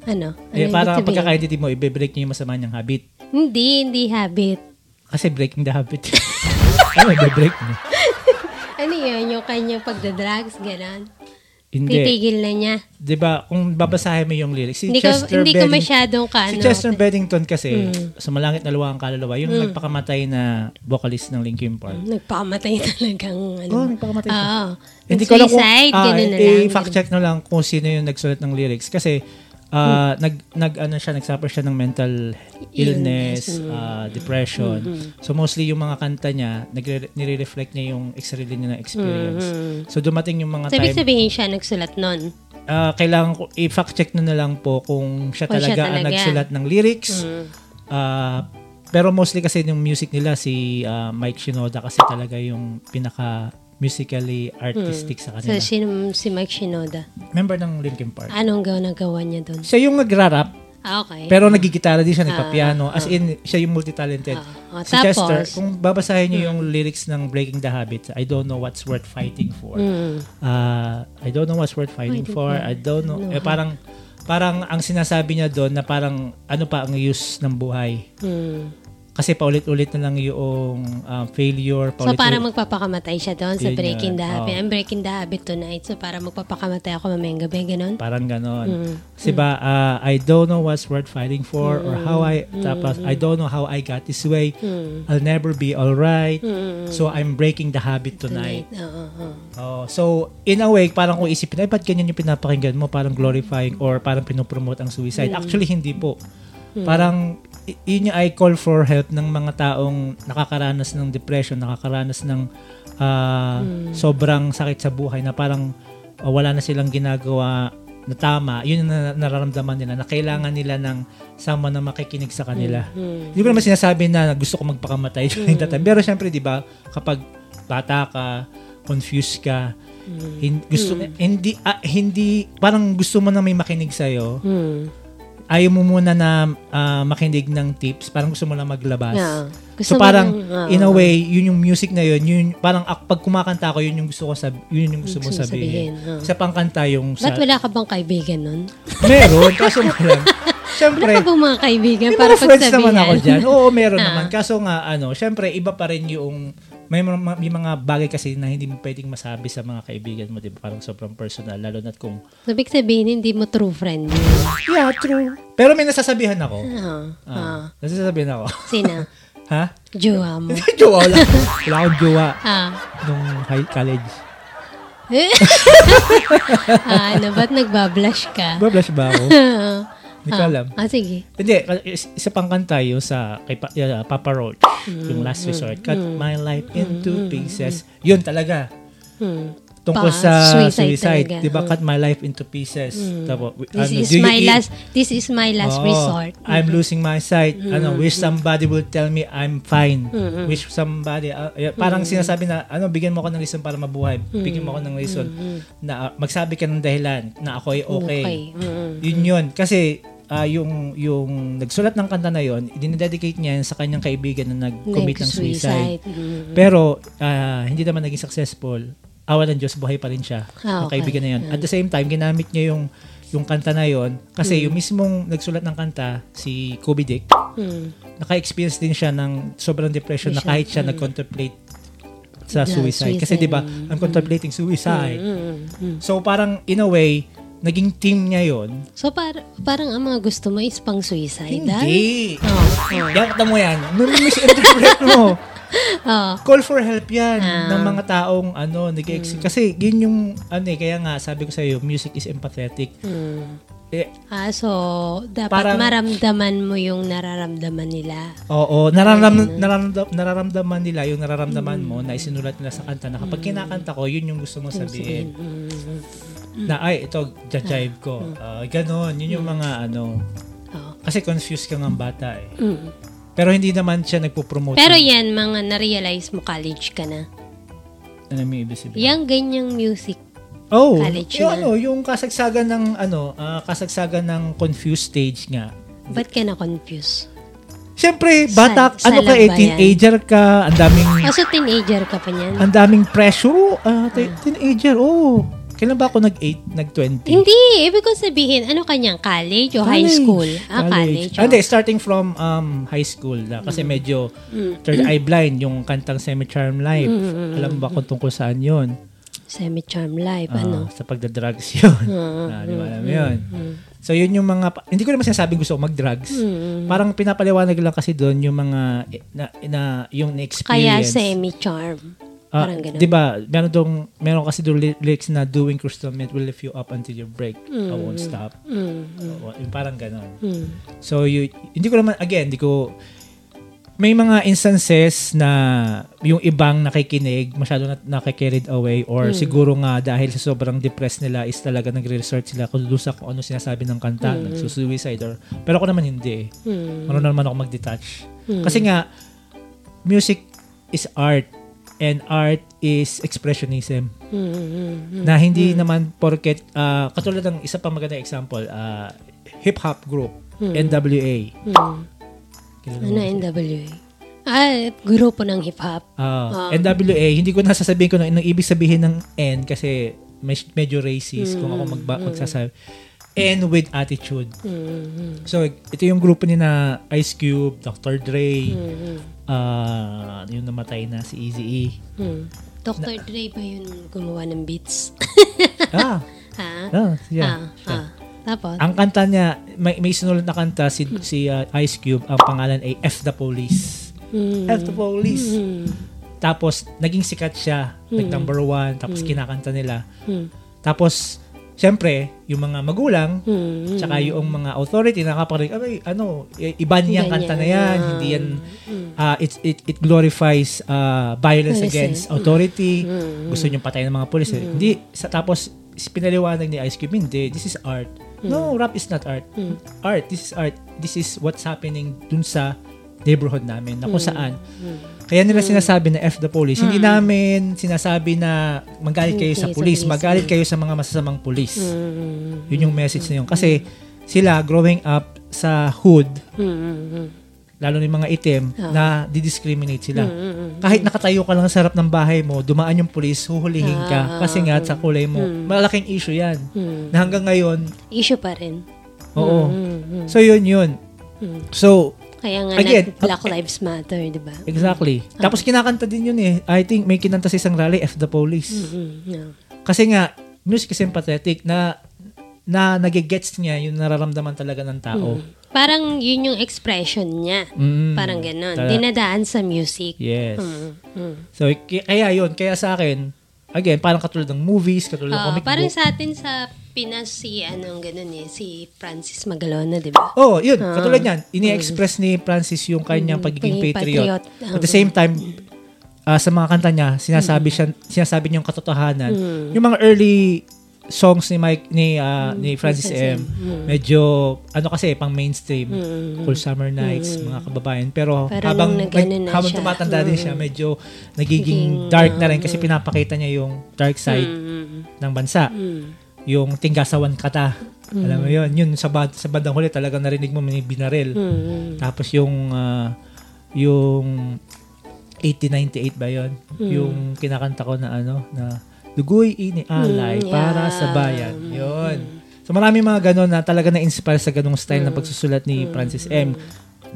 S2: ano? ano
S1: Eh,
S2: ibig
S1: parang
S2: sabihin?
S1: pagkakaedit mo, ibe-break niya yung masama niyang habit.
S2: Hindi, hindi habit.
S1: Kasi breaking the habit. ano, ibe-break niya?
S2: Ano yun, yung kanyang pagda-drugs, gano'n.
S1: Hindi.
S2: Titigil na niya.
S1: Di ba, kung babasahin mo yung lyrics, si
S2: hindi ko,
S1: Chester
S2: hindi ko
S1: Bennington-
S2: masyadong ka,
S1: Si
S2: ano. Hmm.
S1: Chester Bennington kasi, sa malangit na luwa ang kaluluwa, yung nagpakamatay na vocalist ng Linkin
S2: Hmm.
S1: Park.
S2: Nagpakamatay talagang, ano.
S1: Oo, nagpakamatay Oh, siya.
S2: Oo.
S1: Hindi ko alam kung,
S2: Suicide,
S1: ah,
S2: gano'n na
S1: eh,
S2: lang.
S1: fact check na lang kung sino yung nagsulat ng lyrics. Kasi,
S2: Hmm.
S1: ah, nag, nag, ano siya, nagsuffer siya ng mental illness,
S2: hmm.
S1: ah, depression. So, mostly yung mga kanta niya, nagre- nire-reflect niya yung sarili niya ng experience.
S2: Hmm,
S1: So, dumating yung mga
S2: So, ibig
S1: time,
S2: sabihin siya nagsulat nun.
S1: ah, kailangan ko, i-fact check na na lang po kung siya
S2: Kung siya
S1: talaga, ang
S2: talaga. Mm.
S1: nagsulat ng lyrics. Ah, pero mostly kasi yung music nila, si ah, Mike Shinoda kasi talaga yung pinaka musically artistic sa
S2: Mm.
S1: kanila.
S2: So, si, si Mike Shinoda.
S1: member ng Linkin Park.
S2: Anong gawa nagawa niya doon?
S1: Siya yung nagra-rap,
S2: Ah, okay.
S1: pero nagigitara din siya, nagpa-piano. As in, siya yung multi-talented.
S2: Ah, ah,
S1: si
S2: tapos? Mm.
S1: Chester, kung babasahin niyo yung lyrics ng Breaking the Habit, I don't know what's worth fighting for.
S2: Mm. Hmm,
S1: Ah, I don't know what's worth fighting for. I don't know. Eh, parang, parang ang sinasabi niya doon na parang ano pa ang use ng buhay.
S2: Hmm.
S1: Kasi paulit-ulit na lang yung ah, failure.
S2: So,
S1: Paulit
S2: para magpapakamatay siya doon sa
S1: Yun
S2: Breaking
S1: nga,
S2: the Habit.
S1: oo.
S2: I'm breaking the habit tonight. So, para magpapakamatay ako mamayang gabi, ganun.
S1: Parang ganon.
S2: Mm,
S1: Kasi ba, ah, I don't know what's worth fighting for
S2: Mm,
S1: or how I, tapos, I don't know how I got this way.
S2: Mm.
S1: I'll never be alright. So, I'm breaking the habit tonight.
S2: Tonight. Oo,
S1: Oh,
S2: oo.
S1: so, in a way, parang kung isipin, ay, ba't ganyan yung pinapakinggan mo? Parang glorifying or parang pinopromote ang suicide. Actually, hindi po. Parang, y- yun yung I call for help ng mga taong nakakaranas ng depression, nakakaranas ng ah, sobrang sakit sa buhay na parang ah, wala na silang ginagawa na tama. Yun yung na- nararamdaman nila na kailangan nila ng someone na makikinig sa kanila. Hindi ko naman sinasabi na gusto ko magpakamatay during that time. Pero syempre, di ba, kapag bata ka, confused ka.
S2: Hmm.
S1: Hin- gusto hindi ah, hindi parang gusto mo na may makinig sa
S2: Hmm.
S1: Ayaw mo muna na ah, makinig ng tips, parang gusto mo lang maglabas.
S2: Yeah.
S1: So
S2: Gusto mo
S1: parang
S2: lang- ah, oo.
S1: in a way, yun yung music na yun, yun parang ak- pag kumakanta ako, yun yung gusto ko sab yun yung gusto mo
S2: Gusto mo
S1: sabihin.
S2: sabihin, oo.
S1: Sa pangkanta yung sa
S2: Ba't wala ka bang kaibigan nun?
S1: meron kaso lang.
S2: Wala
S1: Siyempre,
S2: ka bang mga kaibigan
S1: may
S2: para
S1: mga friends
S2: pagsabihan?
S1: naman ako dyan. Oo, meron
S2: Ah.
S1: naman. Kaso nga, ano, syempre, iba pa rin yung, may, mga- may mga bagay kasi na hindi mo pwedeng masabi sa mga kaibigan mo, di ba? Parang sobrang personal, lalo na't kung,
S2: So, ibig sabihin, hindi mo true friend yun.
S1: yeah, true. Pero may nasasabihan ako.
S2: Ah, ah.
S1: Ah, nasasabihan ako.
S2: Sina?
S1: ha?
S2: Jowa mo.
S1: jowa lang. Wala akong jowa
S2: Ah.
S1: nung high college.
S2: ah, ano, ba't nagbablush ka?
S1: Bablash ba ako?
S2: Ah,
S1: Hindi ko alam.
S2: ah, sige.
S1: Hindi, is- isa pang kanta yung sa kay pa, uh, Papa Roach,
S2: Hmm.
S1: yung Last Resort. Cut my life into pieces. Yun talaga.
S2: Hmm.
S1: Tungkol
S2: Pa-
S1: sa
S2: suicide
S1: suicide.
S2: talaga.
S1: Di ba?
S2: Mm.
S1: Cut my life into pieces. Tapos, wi-
S2: This
S1: ano,
S2: is
S1: do you
S2: my
S1: eat-
S2: last this is my last
S1: Oo,
S2: resort.
S1: Oh,
S2: Mm-hmm.
S1: I'm losing my sight. Ano, wish somebody will tell me I'm fine.
S2: Mm-hmm.
S1: Wish somebody. ah, yeah, parang sinasabi na, ano, bigyan mo ako ng reason para mabuhay.
S2: Mm-hmm.
S1: Bigyan mo ako ng reason na ah, magsabi ka ng dahilan na ako ay okay.
S2: Okay. Mm.
S1: Yun yun. Kasi ah, yung yung nagsulat ng kanta na yun, dinededicate niya yan sa kanyang kaibigan na nag-commit ng suicide.
S2: Nag-suicide. Mm.
S1: Pero ah, hindi naman naging successful. Awa ng Diyos, buhay pa rin siya.
S2: Ah,
S1: ang
S2: okay. Mm.
S1: kaibigan na yun. At the same time, ginamit niya yung yung kanta na yun kasi yung mismong nagsulat ng kanta, si Kobe Dick,
S2: Mm.
S1: naka-experience din siya ng sobrang depression na
S2: Depression.
S1: kahit siya nag-contemplate sa
S2: Yeah,
S1: suicide. Kasi
S2: suicide.
S1: di ba, I'm contemplating suicide.
S2: Mm. Mm.
S1: So parang in a way, naging team niya yon
S2: So par- parang ang mga gusto mo is pang suicide.
S1: Hindi.
S2: Oh,
S1: Yan, tama mo yan. Misinterpret mo.
S2: oh.
S1: Call for help yan ng mga taong ano, nag Kasi yun yung, ano eh, kaya nga sabi ko sa'yo, music is empathetic. Eh,
S2: Ah, so dapat
S1: Parang-
S2: maramdaman mo yung nararamdaman nila.
S1: oo, nararam, nararamdam, nararamdaman nila yung nararamdaman mo na isinulat nila sa kanta na kapag kinakanta ko, yun yung gusto mo sabihin. Na ay, ito, jajive ko. Ah, ganon, yun yung mga ano.
S2: Oh. Hmm.
S1: Kasi confused ka ng bata eh. Pero hindi naman siya nagpo-promote.
S2: Pero
S1: ng-
S2: yan, mga na-realize mo college ka na.
S1: ano yung ibig sabihin?
S2: Yang ganyang music.
S1: Oh,
S2: College
S1: yung
S2: na.
S1: ano, yung kasagsagan ng ano, ah, kasagsagan ng confused stage nga.
S2: Ba't ka na-confuse?
S1: Siyempre,
S2: Sa-
S1: bata,
S2: sa
S1: ano ka,
S2: lab ba yan?
S1: 18-ager ka, ang daming,
S2: Ah, so teenager ka pa niyan?
S1: ang daming pressure. ah, te- teenager, oh. Kailan ba ako nag-8, nag-20?
S2: Hindi, ibig ko sabihin, ano kanyang college o high school? Ah, college.
S1: Ah,
S2: oh. Mm.
S1: Hindi, starting from um, high school na. Kasi medyo third eye blind, yung kantang Semi-Charm Life.
S2: Mm,
S1: Alam mo ba kung tungkol saan yun?
S2: Semi-charm life,
S1: Ah,
S2: ano? Mm,
S1: Sa pagdadrugs yun. Ah, di ba alam mo yun? So, yun yung mga, pa- hindi ko naman sinasabing gusto ko mag-drugs.
S2: Mm,
S1: Parang pinapaliwanag lang kasi doon yung mga, eh, na, na, yung
S2: Kaya
S1: experience.
S2: semi-charm.
S1: Ah,
S2: Parang ganun.
S1: Di ba, meron, dong, meron kasi doon ly- lyrics na doing crystal mint will lift you up until you break. I won't
S2: Hmm.
S1: stop.
S2: Mm,
S1: Oo, yung parang ganon. So, you, hindi ko naman, again, hindi ko, may mga instances na yung ibang nakikinig, masyado na nakikarried away or siguro nga dahil sa sobrang depressed nila is talaga nagre-resort sila kung doon sa kung ano sinasabi ng kanta, nagsusuicide or, pero ako naman hindi. Mm. Ano naman ako mag-detach. Kasi nga, music is art and art is expressionism na hindi naman porket ah, katulad ng isa pang magandang example ah, hip hop group NWA Kilala mo
S2: Ano,
S1: ba siya?
S2: NWA? Ah, grupo ng hip-hop.
S1: Ah, NWA hindi ko nasasabihin ano, ko na ng ibig sabihin ng N kasi mes- medyo racist kung ako magba- magsasabi and with attitude. So, ito yung grupo ni na Ice Cube, Dr. Dre, ah, yung namatay na si Eazy-E.
S2: Hmm. Dr. Dre ba yun gumawa ng beats?
S1: ah,
S2: ha?
S1: ah, siya,
S2: ah,
S1: siya.
S2: ah. Tapos?
S1: Ang kanta niya, may, may sinulat na kanta si, si ah, Ice Cube, ang pangalan ay F the Police.
S2: Hmm.
S1: F the Police.
S2: Hmm.
S1: Tapos, naging sikat siya. Like number one. Tapos, kinakanta nila.
S2: Hmm.
S1: Tapos, syempre, yung mga magulang,
S2: Hmm.
S1: tsaka yung mga authority, nakaparinig, abay, ano, i- iba niyang
S2: Iba
S1: kanta na
S2: niya.
S1: yan. Hindi yan, ah, it's- it, it, glorifies ah, violence
S2: Violence,
S1: against authority. Gusto niyong patayin ng mga polis. eh. Hindi, sa, tapos, pinaliwanag ni Ice Cube, hindi, this is art. No, rap is not art. Art, this is art. This is what's happening dun sa neighborhood namin na kung saan. Kaya nila sinasabi na F the police. Hindi namin sinasabi na magalit Mm. kayo sa
S2: Okay, sa
S1: police. Mm.
S2: police.
S1: Magalit kayo sa mga masasamang police.
S2: Hmm.
S1: Yun yung message na yun. Kasi sila growing up sa hood,
S2: Hmm. Hmm. Hmm.
S1: lalo na yung mga itim, na didiscriminate sila. Kahit nakatayo ka lang sa harap ng bahay mo, dumaan yung pulis, huhulihin ka. Kasi nga sa kulay mo, malaking issue yan. Na hanggang ngayon,
S2: Issue pa rin.
S1: oo.
S2: Hmm.
S1: So yun yun. So,
S2: Kaya nga
S1: Again,
S2: nag- Black Lives Matter, di ba?
S1: exactly. Tapos kinakanta din yun eh. I think may kinanta sa isang rally, F the police.
S2: Hmm. Yeah.
S1: Kasi nga, music is empathetic na na nagigets niya yung nararamdaman talaga ng tao.
S2: Parang yun yung expression niya.
S1: Mm.
S2: Parang ganun.
S1: Tara.
S2: Dinadaan sa music.
S1: Yes.
S2: Mm, mm.
S1: So, k- kaya yun. Kaya sa akin, again, parang katulad ng movies, katulad ng
S2: Oo,
S1: comic
S2: Ah, parang
S1: book.
S2: sa atin sa Pinas si anong ganun eh, si Francis Magalona, di ba?
S1: Oh, yun.
S2: Ah.
S1: Katulad niyan. Ini-express ni Francis yung kanyang pagiging
S2: pagiging
S1: patriot.
S2: Mm, patriot.
S1: At the same time, ah, sa mga kanta niya, sinasabi
S2: Mm.
S1: siya, sinasabi niya yung katotohanan. Yung mga early songs ni Mike ni ah, ni Francis
S2: Mm, Francis Mm.
S1: M. Medyo ano kasi pang mainstream, Cool Summer Nights, mga kababayan. Pero
S2: Mm. Pero
S1: habang
S2: nung nag-ano na
S1: habang
S2: siya, Mm.
S1: tumatanda din siya, medyo nagiging dark na rin kasi pinapakita niya yung dark side
S2: Mm.
S1: ng bansa. Yung tinggasawan kata. Alam mo yun, yun sa, bad, sa bandang huli talaga narinig mo may binaril.
S2: Mm. ah,
S1: Tapos yung ah, yung 1898 ba yon Yung kinakanta ko na ano na dugoy ini alay
S2: Mm,
S1: para
S2: yeah.
S1: sa bayan. Yun. So marami mga ganun na talaga na-inspire sa ganung style na pagsusulat ni Francis M.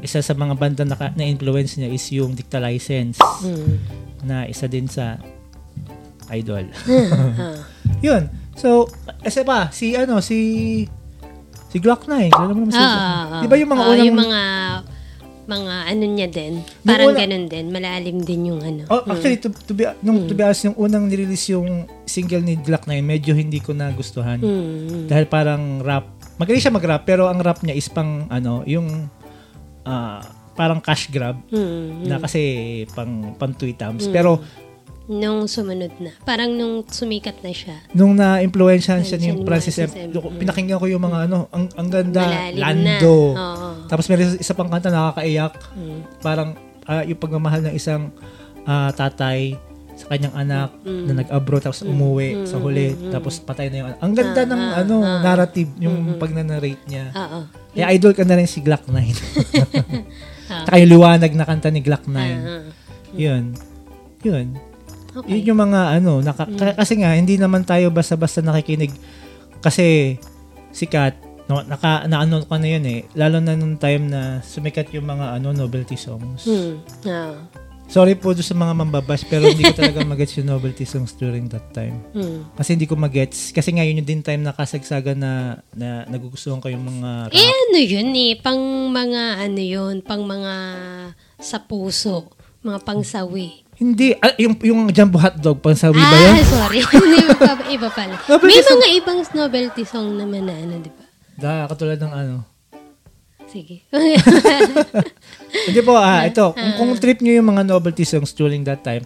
S1: Isa sa mga banda na, ka- na-influence niya is yung Dicta License
S2: Mm.
S1: na isa din sa idol.
S2: Hmm. Ah.
S1: Yun. So, isa pa, si ano, si si Glock 9. Alam mo naman si Glock
S2: Ah,
S1: 9. Di ba yung mga
S2: oo,
S1: unang...
S2: yung mga mga ano niya din. Parang
S1: una-
S2: ganun din, malalim din yung ano.
S1: Oh, actually, to, to, be, nung, to
S2: Hmm.
S1: be honest, yung unang nirelease yung single ni Glock 9, medyo hindi ko nagustuhan.
S2: Mm.
S1: Dahil parang rap. Magaling siya mag-rap, pero ang rap niya is pang, ano, yung ah, parang cash grab.
S2: Mm.
S1: Na kasi pang, pang
S2: Hmm.
S1: tweetams. Pero
S2: Nung sumunod na. Parang nung sumikat na siya.
S1: nung na-influensyahan siya ni
S2: Siya ni
S1: Francis M.
S2: Francis M.
S1: do- Pinakinggan ko yung mga ano, ang, ang ganda,
S2: Malalim
S1: Lando.
S2: na. Oo. Mm.
S1: Tapos may isa- isa pang kanta nakakaiyak. Parang ah, yung pagmamahal ng isang ah, tatay sa kanyang anak
S2: Mm.
S1: na nag-abroad tapos umuwi sa huli tapos patay na yung anak. Ang ganda
S2: Ah,
S1: ng ano narrative yung pagnanarrate niya.
S2: Oo.
S1: Kaya idol ka na rin si Glock 9.
S2: Ah.
S1: Tsaka yung liwanag na kanta ni Glock 9. Yun. Yun.
S2: Okay. Mm.
S1: Yun yung mga ano, naka- ka- kasi nga, hindi naman tayo basta-basta nakikinig kasi sikat, no, naka, naano ko na yun eh, lalo na nung time na sumikat yung mga ano, novelty songs.
S2: Hmm. Oo.
S1: Sorry po doon sa mga mambabash, pero hindi ko talaga magets yung novelty songs during that time.
S2: Hmm.
S1: Kasi hindi ko magets. Kasi nga yun yung din time na kasagsagan na, na nagugustuhan ko yung mga
S2: Eh
S1: rap.
S2: ano yun eh, pang mga ano yun, pang mga sa puso, mga pangsawi.
S1: Hindi, ah, yung, yung jumbo hotdog, pansawi ba yun?
S2: Ah, sorry. iba, pa- iba pala.
S1: Novelty
S2: May
S1: song.
S2: mga ibang novelty song naman na ano, di ba?
S1: Da, katulad ng ano.
S2: Sige.
S1: Hindi po, ah, ito, kung, kung trip nyo yung mga novelty songs during that time,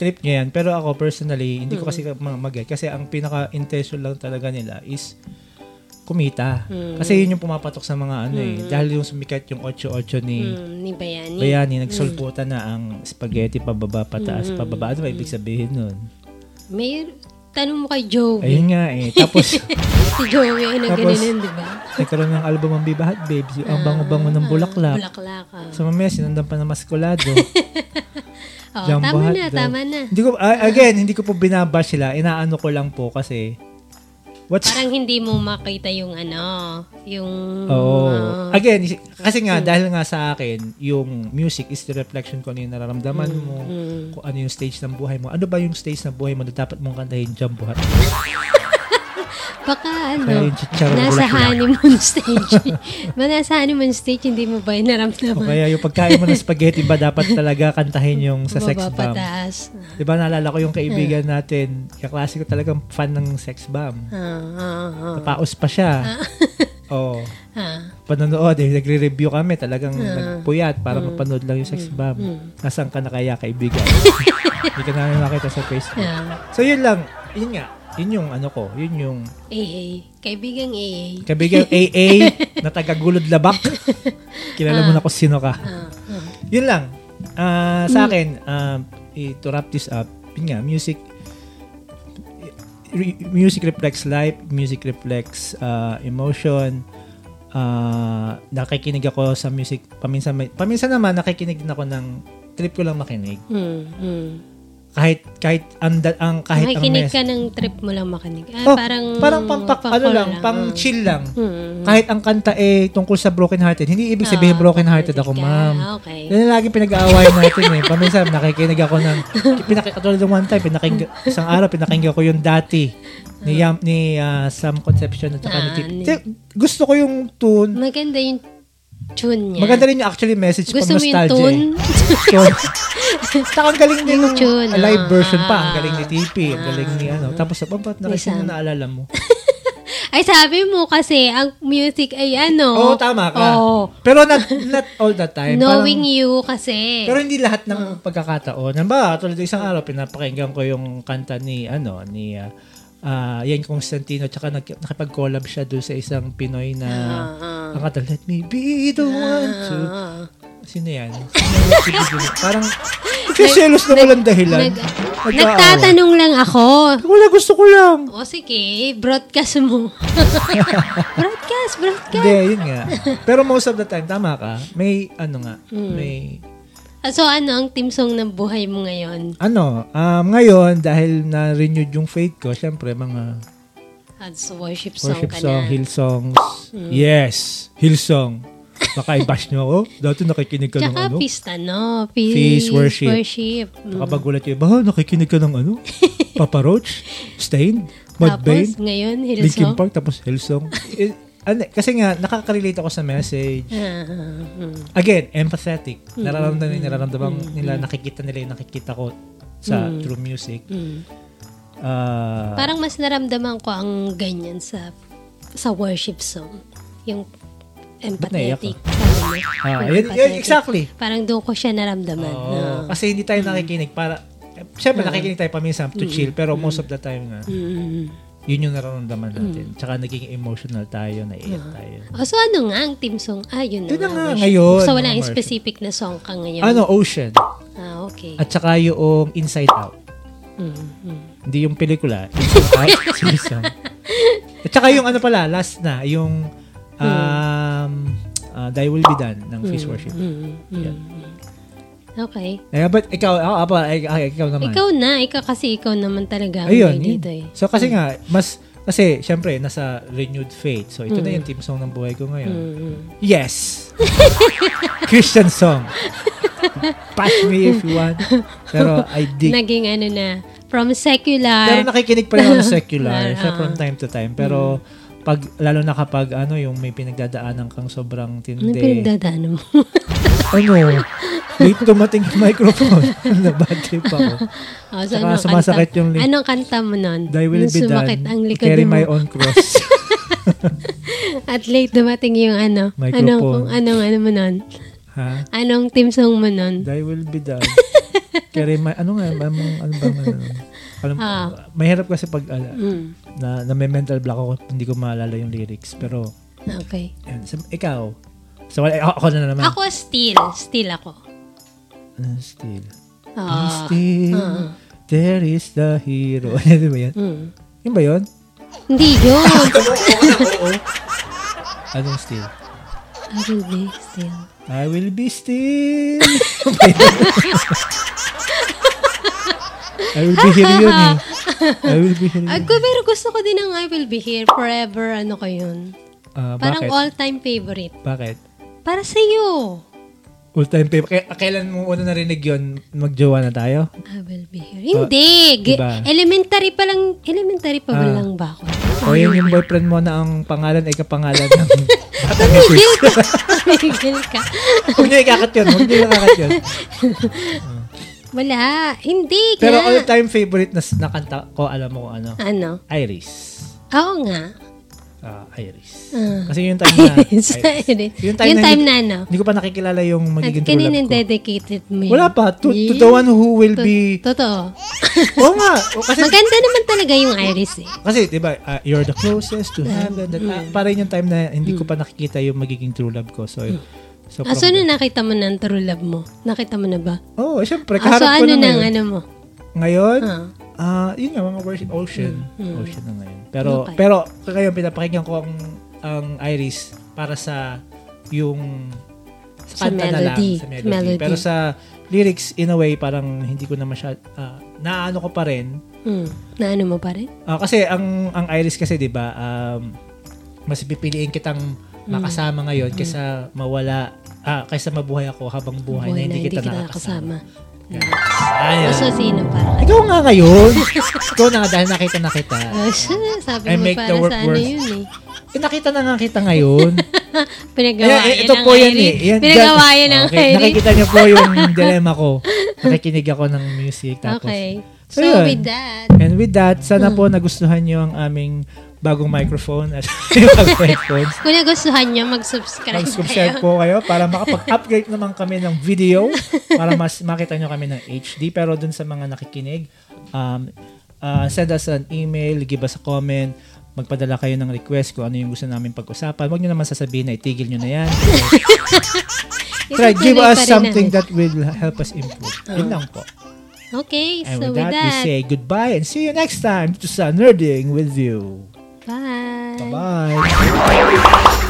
S1: trip nyo yan. Pero ako personally, hindi ko kasi ma- mag-get. Kasi ang pinaka-intention lang talaga nila is kumita. Kasi yun yung pumapatok sa mga ano eh. Dahil yung sumikat yung 8-8 ni
S2: Hmm, ni Bayani.
S1: Bayani, nagsulputan na ang spaghetti pababa, pataas, pababa. Ano ba ibig sabihin nun?
S2: May tanong mo kay Joey.
S1: Ayun nga eh. Tapos,
S2: si Joey ay
S1: Tapos,
S2: nagganan di ba?
S1: nagkaroon ng album ang Be Hot Babes, yung ang bango-bango ng Ah, bulaklak.
S2: Bulaklak. ah.
S1: So mamaya, sinundan pa ng maskulado.
S2: Oo,
S1: Jumbo
S2: Oh, tama na,
S1: hotdog.
S2: tama na.
S1: Hindi ko, ah, again, hindi ko po binabash sila. Inaano ko lang po kasi What's
S2: Parang hindi mo makita yung ano, yung...
S1: Oo.
S2: ah, Hmm.
S1: Again, is- kasi nga, dahil nga sa akin, yung music is the reflection ko ano yung nararamdaman
S2: Hmm,
S1: mo, kung ano yung stage ng buhay mo. Ano ba yung stage ng buhay mo na dapat mong kantahin dyan buhat?
S2: baka
S1: Kaya
S2: ano,
S1: yung chicharon
S2: nasa
S1: ulit lang.
S2: honeymoon stage. ba nasa honeymoon stage, hindi mo ba yung
S1: O
S2: naramdaman?
S1: kaya yung pagkain mo ng spaghetti ba dapat talaga kantahin yung sa sex
S2: Baba
S1: bomb?
S2: pataas.
S1: Di ba naalala ko yung kaibigan
S2: Hmm.
S1: natin, kaklase ko talagang fan ng sex bomb.
S2: Ah, ah, ah,
S1: Napaos pa siya. Oo.
S2: ah.
S1: panonood eh, nagre-review kami, talagang nagpuyat para mapanood lang yung sex bomb. Nasaan ka na kaya, kaibigan? Hindi ka namin makita sa Facebook.
S2: Ah,
S1: So yun lang, yun nga, yun yung ano ko, yun yung
S2: AA. Kaibigang AA.
S1: kaibigan AA na taga-gulod labak. Kilala mo na kung sino ka.
S2: Ah, ah.
S1: Yun lang. Ah, sa akin, ah, i- to wrap this up, yun nga, music re- music reflects life, music reflects ah, emotion. Ah, nakikinig ako sa music paminsan may- paminsan naman nakikinig din ako ng trip ko lang makinig.
S2: Hmm, hmm.
S1: Kahit kahit ang da- ang kahit ang
S2: Makikinig
S1: mes-
S2: ka ng trip mo lang makinig. Ah,
S1: Oh,
S2: parang...
S1: parang pampak ano
S2: pakol
S1: lang, pang
S2: ah.
S1: chill lang.
S2: Hmm.
S1: Kahit ang kanta eh tungkol sa broken hearted. Hindi ibig sabihin
S2: Ah,
S1: broken hearted ako,
S2: ka.
S1: ma'am. Eh,
S2: Ah, Okay.
S1: Yan ang lagi pinag-aawayan natin eh. Paminsan, nakikinig ako ng, pinaki, katulad ng one time, pinaking, isang araw, pinakinggan ko yung dati ni, Yam, ni ah, Sam Concepcion at saka ni
S2: Ah,
S1: Tip.
S2: ni-
S1: Tip, Gusto ko yung tune.
S2: Maganda yung tune niya.
S1: Maganda rin yung actually message pang
S2: Gusto mo yung
S1: nostalgia. eh.
S2: tune?
S1: Tune. Saka ang galing din
S2: Yung
S1: yung
S2: tune,
S1: live
S2: ah,
S1: version pa. Ang
S2: ah,
S1: galing ni Tipi. Ang galing ni ano. Tapos, oh, ba't nakikita
S2: Sam.
S1: na naalala mo?
S2: Ay, sabi mo kasi, ang music ay ano.
S1: Oo, tama ka.
S2: Oo.
S1: Pero not, not all the time. Parang-
S2: Oh. knowing you kasi.
S1: Pero hindi lahat ng pagkakataon. Halimbawa, tulad ng isang araw, pinapakinggan ko yung kanta ni, ano, ni, ah, ah, yan Constantino, tsaka nag, nakipag-collab siya doon sa isang Pinoy na,
S2: ah.
S1: ang kanta, let me be the one to,
S2: Ah.
S1: sino yan? Sino yung sibigyan? Parang, nagsiselos na walang dahilan.
S2: Nag,
S1: Nag-aawa.
S2: nagtatanong lang ako.
S1: Wala, gusto ko lang.
S2: O sige, broadcast mo. broadcast, broadcast.
S1: Hindi, yun nga. Pero most of the time, tama ka. May, ano nga,
S2: Hmm.
S1: may,
S2: Ah, So ano ang team song ng buhay mo ngayon?
S1: ano, um, ngayon, dahil na-renewed yung faith ko, syempre, mga
S2: As worship song
S1: Worship
S2: ka
S1: song,
S2: na. Mm.
S1: Hillsongs. Yes, Hillsong. Baka i-bash niyo ako. Dati nakikinig ka ng
S2: Tsaka
S1: ano.
S2: peace, ano? Peace,
S1: Peace, worship.
S2: worship. Mm.
S1: Nakapagulat yung iba, "Ha, nakikinig ka ng ano? Papa Roach, Stain,
S2: Tapos
S1: Mudvayne,
S2: ngayon,
S1: Linkin
S2: Hillsong.
S1: Park, tapos Hillsong. Eh, ano, kasi nga, nakaka-relate ako sa message.
S2: Ah, ah, mm.
S1: Again, empathetic. Nararamdaman nila, nararamdaman nila, nakikita nila yung nakikita ko sa through music.
S2: Mm.
S1: Ah,
S2: Parang mas naramdaman ko ang ganyan sa sa worship song. Yung empathetic. sabi mo.
S1: ah, yun- Oh.
S2: Yung
S1: yun,
S2: empathetic.
S1: exactly.
S2: Parang doon ko siya naramdaman. Ah,
S1: Oo.
S2: na,
S1: Kasi hindi
S2: Mm.
S1: tayo nakikinig para Siyempre, nakikinig tayo paminsan to chill, pero most of the time nga,
S2: mm.
S1: yun yung nararamdaman natin. Tsaka naging emotional tayo, naiiyak tayo.
S2: Oh, so ano nga ang team song? Ah, yun na
S1: Yun na nga,
S2: worship.
S1: ngayon,
S2: So walang
S1: mga
S2: specific na song ka ngayon?
S1: Ano, Ocean.
S2: Ah, okay.
S1: At tsaka yung Inside Out.
S2: Mm, mm.
S1: Hindi yung pelikula. Inside Out. Yung song. At tsaka yung ano pala, last na, yung um, uh, Die Will Be Done ng Face Worship.
S2: Mm. Mm, mm,
S1: Yan.
S2: mm. Okay.
S1: Eh, but ikaw, ako, apa, ay, ay, ikaw naman.
S2: Ikaw na. Ikaw kasi ikaw naman talaga. ang
S1: Ayun. yun.
S2: may Dito, eh.
S1: So kasi nga, mas, kasi syempre, nasa renewed faith. So ito na
S2: Hmm.
S1: yung team song ng buhay ko ngayon.
S2: Mm,
S1: Yes! Christian song. Pass me if you want. Pero I
S2: mm.
S1: dig.
S2: Naging ano na, from
S1: Pero
S2: secular.
S1: nakikinig pa rin ako ng secular.
S2: Lar-
S1: siya
S2: ah. Hmm.
S1: from time to time. Pero pag, lalo na kapag ano, yung may pinagdadaanan kang sobrang
S2: Ano
S1: tindi.
S2: pinagdadaanan mo?
S1: Ano? Late dumating yung microphone. Nabad trip ako.
S2: oh,
S1: Saka
S2: anong
S1: sumasakit
S2: kanta,
S1: yung lik-
S2: Anong kanta mo nun?
S1: Thy will
S2: Nung
S1: be
S2: sumakit
S1: done.
S2: ang likod
S1: Carry
S2: mo.
S1: my own cross.
S2: At late dumating yung ano. Ano,
S1: Microphone.
S2: kung anong ano mo nun?
S1: ha?
S2: Anong team song mo nun?
S1: Thy will be done. Kaya may, ano nga, ano, ano ba, ano, ano,
S2: Ah.
S1: mahirap kasi pag, ala,
S2: Mm.
S1: na, na may mental block ako, hindi ko maalala yung lyrics. Pero,
S2: Okay.
S1: yan, sa, ikaw, so, wala- ako, ako na naman.
S2: Ako still. Still ako.
S1: Uh, still. Be
S2: Ah.
S1: still, there is the hero. Ano ba yan?
S2: Mm.
S1: Yun ba yun?
S2: Hindi yun.
S1: Anong still?
S2: I will be still.
S1: I will be still. I will be here yun eh. I will be here.
S2: Ay, ko, pero gusto ko din ng I Will Be Here Forever. Ano ko yun?
S1: Ah,
S2: Parang
S1: bakit?
S2: all-time favorite.
S1: Bakit?
S2: Para sa'yo.
S1: All time paper. Kaya, kailan mo una narinig yun? Magjowa na tayo?
S2: I will be here. Hindi. Ge-
S1: diba?
S2: Elementary pa lang. Elementary pa ba
S1: Ah.
S2: lang ba ako?
S1: O yun yung boyfriend mo na ang pangalan ay kapangalan ng
S2: Ano
S1: batang
S2: Tumigil
S1: Jesus.
S2: ka. Tumigil ka.
S1: Huwag niyo ikakat yun. Huwag niyo ikakat yun.
S2: Wala. Hindi nga.
S1: Pero all time favorite na, na kanta ko, alam mo kung ano.
S2: Ano?
S1: Iris.
S2: Oo nga.
S1: Ah, Iris.
S2: Ah.
S1: Kasi yung time na...
S2: Iris. Iris.
S1: Yung time,
S2: Yung
S1: na,
S2: time
S1: hindi-
S2: na ano?
S1: Hindi ko pa nakikilala yung
S2: At
S1: magiging true
S2: kanina
S1: love ko.
S2: dedicated mo yun.
S1: Wala pa. To, to
S2: Yeah.
S1: the one who will
S2: To-
S1: be...
S2: Totoo.
S1: Oo nga. O, kasi,
S2: Maganda naman talaga yung Iris eh.
S1: kasi di ba, ah, you're the closest to heaven. That, ah, parang yung time na hindi ko
S2: Mm.
S1: pa nakikita yung magiging true love ko. So, so,
S2: Ah,
S1: from
S2: so ano
S1: the-
S2: nakita mo na ang true love mo? Nakita mo na ba?
S1: Oo, oh, syempre.
S2: Ah, so
S1: Kaharap ko eh.
S2: ano
S1: na
S2: na ang
S1: ngayon.
S2: ano mo?
S1: Ngayon,
S2: Ah. Mm.
S1: Ah, yun nga mga worship ocean. Ocean na ngayon. Pero
S2: Okay.
S1: pero ngayon pinapakinggan ko ang ang Iris para sa yung
S2: Sa
S1: kanta na lang,
S2: melody.
S1: sa melody.
S2: Melody.
S1: Pero sa lyrics in a way parang hindi ko na masyad ah, naano ko pa rin
S2: Hmm. Na ano mo pa rin?
S1: Ah, kasi ang ang Iris kasi 'di ba um, mas pipiliin kitang makasama ngayon kaysa mawala ah, kaysa mabuhay ako habang buhay, na hindi kita, nakakasama. Ayun.
S2: Kaso sino para?
S1: Ikaw nga ngayon. Ikaw na nga dahil nakita na kita.
S2: Ah, shit, sabi
S1: I
S2: mo
S1: make
S2: para
S1: the work
S2: sa ano
S1: worse.
S2: yun eh.
S1: Eh, nakita na nga kita ngayon.
S2: Pinagawa
S1: Ayan, eh,
S2: yan
S1: ito
S2: ang
S1: po yan
S2: Iris.
S1: eh. Yan,
S2: Pinagawa
S1: dyan.
S2: yan ang
S1: Okay,
S2: Iris.
S1: Nakikita niyo po yung dilemma ko. Nakikinig ako ng music. Tapos,
S2: Okay.
S1: So,
S2: So,
S1: yun.
S2: with that,
S1: And with that, sana po nagustuhan niyo ang aming bagong microphone at yung bagong headphones.
S2: kung nagustuhan nyo, mag-subscribe
S1: Mag-subscribe
S2: kayo.
S1: po kayo para makapag-upgrade naman kami ng video para mas makita nyo kami ng HD. Pero dun sa mga nakikinig, um, uh, send us an email, give us a comment, magpadala kayo ng request kung ano yung gusto namin pag-usapan. Huwag nyo naman sasabihin na itigil nyo na yan. Try,
S2: Itutuloy
S1: give
S2: pa
S1: us
S2: rin
S1: something
S2: namin.
S1: that will help us improve. Yun lang po.
S2: Okay,
S1: And
S2: so
S1: with that, we
S2: that,
S1: say goodbye and see you next time to sa Nerding with you.
S2: bye.
S1: Bye-bye.